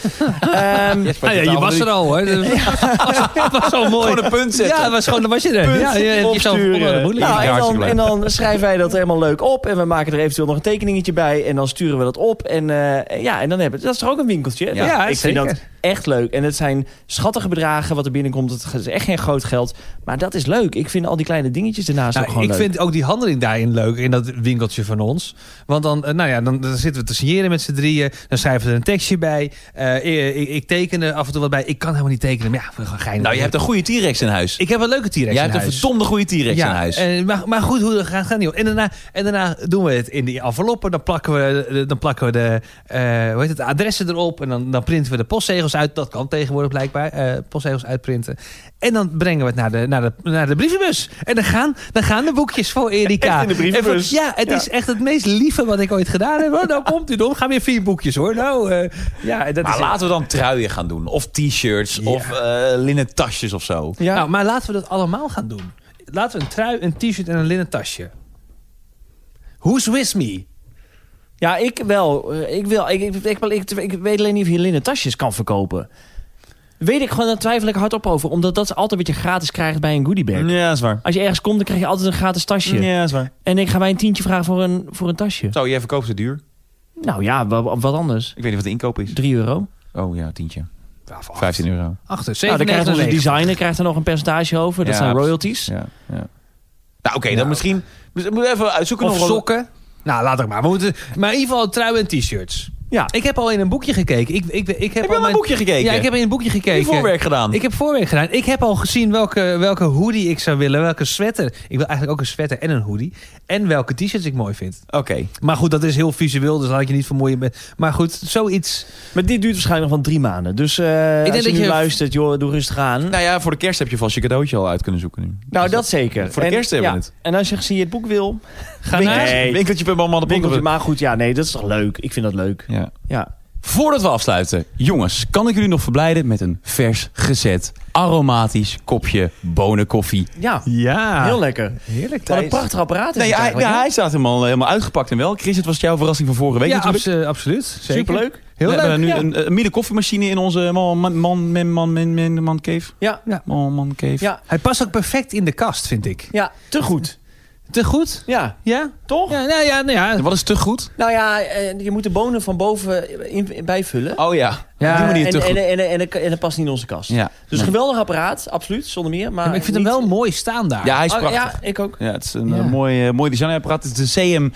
B: Ehm,
A: Ah ja, je was er al
C: (laughs)
A: hoor. Dat was, was al mooi.
C: Gewoon een punt zetten.
A: Ja, dat was gewoon, dan was je er.
C: Punt
A: ja, je, je zou
C: opsturen.
A: onder de moeilijk.
C: Ja.
B: Nou, en,
C: hartstikke
B: dan,
C: leuk.
B: en dan schrijven wij dat helemaal leuk op. En we maken er eventueel nog een tekeningetje bij. En dan sturen we dat op. En eh, ja, en dan hebben we... Dat is toch ook een winkeltje?
C: Ja,
B: ik vind
A: zeker.
B: dat echt leuk. En het zijn schattige bedragen wat er binnenkomt. Het is echt geen groot geld. Maar dat is leuk. Ik vind al die kleine dingetjes ernaast
A: Nou,
B: ook gewoon
A: ik
B: leuk.
A: vind ook die handeling daarin leuk, in dat winkeltje van ons. Want dan, eh, nou ja, dan, dan zitten we te signeren met z'n drieën. Dan schrijven we er een tekstje bij. Eh, ik, ik teken er af en toe wat bij. Ik kan helemaal niet tekenen, maar ja, we gaan geinig.
C: Nou, je hebt een goede T-Rex in huis.
A: Ik heb een leuke T-Rex
C: Jij
A: in
C: hebt een
A: huis.
C: verdomde goede T-Rex in huis.
A: eh, maar, maar goed, hoe dat gaat, gaat niet. om. En daarna, en daarna doen we het in die enveloppen. Dan plakken we, de- dan plakken we de, eh, hoe heet het, de adressen erop. En dan, dan printen we de postzegels uit. Dat kan tegenwoordig blijkbaar. eh, postzegels uitprinten. En dan brengen we het naar de, naar de, naar de brievenbus. En dan gaan, dan gaan de boekjes voor Erika.
B: Echt in de brievenbus.
A: En van- ja, het is echt het meest lieve wat ik ooit gedaan heb. hoor. nou komt u dan. Gaan weer vier boekjes hoor. Nou, eh, ja, dat
C: maar
A: is
C: laten we dan truien gaan doen. Of T-shirts. Of eh, linnen tasjes of zo.
B: Ja.
A: Nou, maar laten we dat allemaal gaan doen. Laten we een trui, een t-shirt en een linnen tasje. Who's with me?
B: Ja, ik wel. Eh, Ik, wil, ik, ik, ik, ik, ik weet alleen niet of je linnen tasjes kan verkopen. Weet ik gewoon, daar twijfel ik hardop over. Omdat dat is altijd wat je gratis krijgt bij een goodiebag.
C: Ja, is waar.
B: Als je ergens komt, dan krijg je altijd een gratis tasje.
C: Ja, is waar.
B: En ik ga mij een tientje vragen voor een, voor een tasje.
C: Zo, jij verkoopt ze duur.
B: Nou ja, wa- wat anders.
C: Ik weet niet wat de inkoop is.
B: 3 euro.
C: Oh ja, tientje. 15 euro.
A: Achter,
B: Nou, dan krijgt onze
A: 7,99.
B: designer krijgt er nog een percentage over. Dat
C: Ja,
B: zijn
C: precies.
B: royalties.
C: Ja, ja. Nou, oké, dan misschien... Moeten we even uitzoeken
A: Nou. Of
C: nog wel-
A: sokken. Nou, laat ik maar. We moeten, maar in ieder geval trui en t-shirts.
B: Ja.
A: Ik heb al in een boekje gekeken. Ik, ik, ik heb
C: Heb
A: al
C: je al een
A: mijn-
C: boekje gekeken?
A: Ja, ik heb in een boekje
C: Heb je
A: gekeken.
C: voorwerk gedaan.
A: Ik heb voorwerk gedaan. Ik heb al gezien welke, welke hoodie ik zou willen. Welke sweater. Ik wil eigenlijk ook een sweater en een hoodie. En welke t-shirts ik mooi vind.
C: Oké.
A: Maar goed, dat is heel visueel. Dus laat ik je niet vermoeien met... Maar goed, zoiets...
B: Maar dit duurt waarschijnlijk nog van drie maanden. Dus eh
A: denk
B: als je
A: dat
B: nu
A: je-
B: luistert, joh, doe rustig aan.
C: Nou ja, voor de kerst heb je vast je cadeautje al uit kunnen zoeken nu.
B: nou, dat zeker.
C: Voor de
B: En-
C: kerst hebben we
B: ja.
C: het.
B: En als je gezien je het boek wil,
A: Ga
B: Winkel-
A: naar...
B: Nee.
C: Winkeltje bij mama de
B: winkeltje.
C: Bonkel.
B: Maar goed, ja, nee, dat is toch leuk. Ik vind dat leuk.
C: Ja.
B: Ja.
C: Voordat we afsluiten, jongens, kan ik jullie nog verblijden met een vers gezet, aromatisch kopje bonenkoffie.
B: Ja,
A: Ja.
B: heel lekker.
A: Heerlijk,
B: Wat een
A: Thijs.
B: prachtig apparaat is
C: Nee,
B: het
C: hij,
B: eigenlijk.
C: ja,
B: hè?
C: hij staat helemaal, helemaal uitgepakt en wel. Chris, het was jouw verrassing van vorige week
A: ja,
C: natuurlijk.
A: abso- absoluut. Zeker.
B: Superleuk.
A: Heel
C: we
A: leuk.
C: hebben nu
A: ja.
C: een, een midden koffiemachine in onze man, man, man, man, man, man, man, man cave.
B: Ja,
C: Man, man cave.
B: Ja.
A: Hij past ook perfect in de kast, vind ik.
B: ja, te goed.
A: Te goed?
B: Ja,
A: Ja?
B: toch?
A: Ja, nou ja, nou ja.
C: Wat is te goed?
B: Nou ja, eh, je moet de bonen van boven in, in- bijvullen.
C: Oh ja,
A: Ja,
C: op die manier
B: en,
C: te
B: en,
C: goed.
B: en, en, en, en dat past niet in onze kast.
C: ja.
B: Dus
C: Nee.
B: geweldig apparaat, absoluut, zonder meer. Maar,
A: Maar ik vind hem
B: niet-
A: wel mooi staan daar.
C: ja, hij is
B: Oh,
C: prachtig.
B: ja, ik ook.
C: Ja, het is een
A: Ja.
C: eh, mooi, eh, mooi designapparaat. Het is een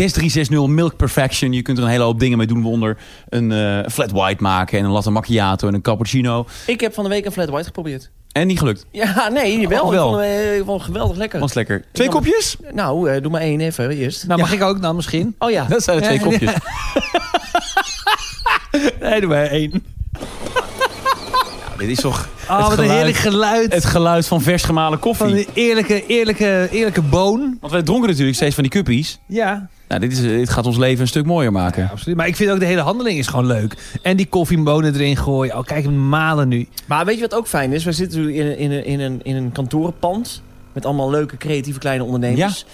C: CM6360 Milk Perfection. Je kunt er een hele hoop dingen mee doen. Waaronder een eh, flat white maken en een latte macchiato en een cappuccino.
B: Ik heb van de week een flat white geprobeerd. (laughs)
C: En niet gelukt.
B: Ja, nee, wel.
C: Oh,
B: Ik, vond
C: wel.
B: hem, eh, ik vond hem geweldig lekker.
C: Was lekker. Twee
B: kan-
C: kopjes?
B: Nou, eh, doe maar één even eerst.
A: Nou, mag ik ook dan misschien?
B: Oh ja.
C: Dat zijn de twee
A: Ja.
C: kopjes.
A: Nee, doe maar één.
C: Nou, dit is toch
A: Oh, wat een
C: geluid.
A: heerlijk geluid.
C: het geluid van vers gemalen
A: van
C: koffie.
A: een eerlijke, eerlijke, eerlijke boon.
C: Want wij dronken natuurlijk steeds van die cuppies.
A: Ja.
C: Nou, dit, is, eh, dit gaat ons leven een stuk mooier maken.
A: absoluut. Maar ik vind ook de hele handeling is gewoon leuk. En die koffiebonen erin gooien. Oh, kijk hem malen nu.
B: Maar weet je wat ook fijn is? We zitten nu in, een- in, een- in, een, in een kantorenpand. Met allemaal leuke, creatieve kleine ondernemers.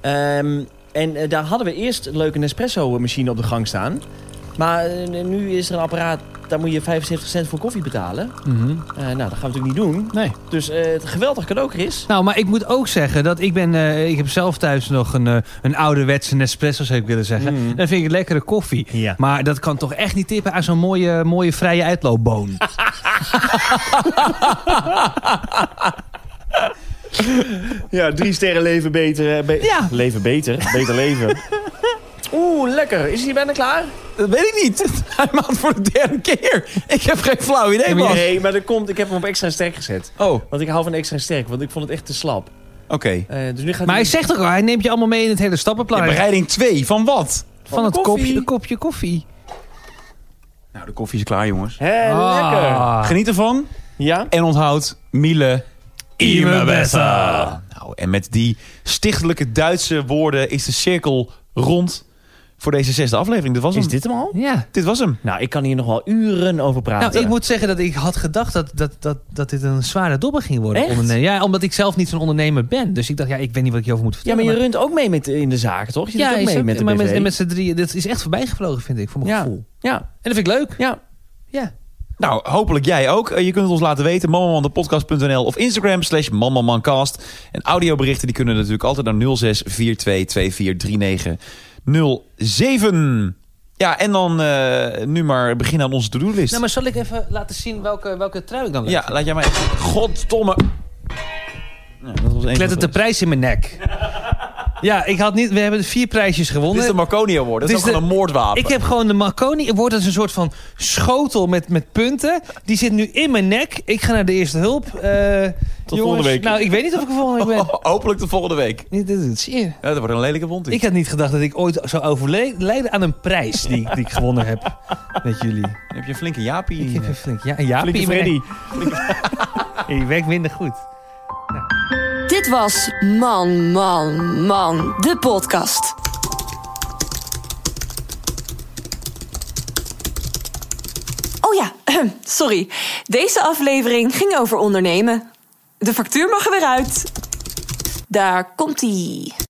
B: Ehm, en eh, daar hadden we eerst een leuke Nespresso-machine op de gang staan. Maar eh, nu is er een apparaat, daar moet je 75 cent voor koffie betalen. Eh, nou, dat gaan we natuurlijk niet doen.
A: Mhm. Nee.
B: Dus eh, het geweldig cadeau, Chris.
A: Nou, maar ik moet ook zeggen dat ik ben... eh, ik heb zelf thuis nog een, eh, een ouderwetse Nespresso, zou ik willen zeggen.
B: Mm.
A: Dan vind ik lekkere koffie.
B: Ja.
A: Maar dat kan toch echt niet tippen aan zo'n mooie, mooie vrije uitloopboon.
B: Ja, drie sterren leven beter. eh, be-
A: Ja.
B: Leven beter. Beter leven. (laughs) Oeh, lekker. Is hij bijna klaar?
C: Dat weet ik niet. (laughs) Hij maakt voor de derde keer. Ik heb geen flauw idee, man.
B: Nee, maar dat komt. Ik heb hem op extra sterk gezet.
C: Oh, oké.
B: Want ik hou van extra sterk, want ik vond het echt te slap. Eh, dus nu gaat
A: Maar hij zegt ook al, hij neemt je allemaal mee in het hele
C: Oh, Ja,
A: stappenplan.
C: bereiding 2 van wat?
A: van het
B: koffie.
A: kopje, de kopje koffie.
C: Nou, de koffie is klaar, jongens.
B: Hé, lekker.
A: Ah.
C: Geniet ervan.
B: Ja?
C: En onthoud Miele
A: Ime
C: Bessa. Nou, en met die stichtelijke Duitse woorden is de cirkel rond voor deze zesde aflevering. Dit was hem.
B: Is dit hem al?
A: Ja.
C: Dit was hem.
B: Nou, ik kan hier nog wel uren over praten.
A: Nou, ik moet zeggen dat ik had gedacht dat, dat, dat, dat dit een zware dobber ging worden.
B: Echt?
A: Onderne- Ja, omdat ik zelf niet zo'n ondernemer ben. Dus ik dacht, ja, ik weet niet wat ik hierover moet
B: ja,
A: vertellen.
B: maar je runt ook mee met, in de zaken, toch? Je
A: ja,
B: doet ook
A: is
B: mee
A: ook-
B: met de
A: maar
B: BV.
A: met, met z'n drieën. Dit is echt voorbijgevlogen, vind ik, voor mijn
B: ja.
A: gevoel.
B: Ja.
A: En dat vind ik leuk.
B: Ja.
A: Ja.
C: Nou, hopelijk jij ook. Eh, Je kunt het ons laten weten. Mamamandepodcast.nl of Instagram slash mamamancast. En audioberichten die kunnen natuurlijk altijd naar 06 42 24 39 07. Ja, en dan eh, nu maar beginnen aan onze to-do-list.
A: Nou, maar zal ik even laten zien welke, welke trui ik dan leuk
C: Ja, laat jij mij... Goddomme. Ja, dat was één
A: Ik let
C: van
A: het de prijs in mijn nek. Ja, ik had niet... We hebben vier prijsjes
C: Dit is de
A: gewonnen.
C: Marconi Award. Dat is,
A: Dit
C: ook
A: is
C: gewoon een moordwapen.
A: Ik heb gewoon de Marconi. Wordt als een soort van schotel met, met punten. Die zit nu in mijn nek. Ik ga naar de eerste hulp. Eh, jongens,
C: volgende week.
A: Nou, ik weet niet of ik er volgende week ben.
C: (laughs) Hopelijk de volgende week.
A: Dit dit doet zeer.
C: Ja, dat wordt een lelijke wond.
A: Ik had niet gedacht dat ik ooit zou overlijden aan een prijs die, die ik gewonnen heb met jullie.
C: Dan heb je een flinke jaapie.
A: Ik heb een flink ja, een jaapie
B: Flinke
A: in mijn nek.
B: Freddy.
A: Die werkt minder goed.
D: Dit was Man, Man, Man, de podcast. Oh ja, (clears throat) sorry. Deze aflevering ging over ondernemen. De factuur mag er weer uit. Daar komt-ie.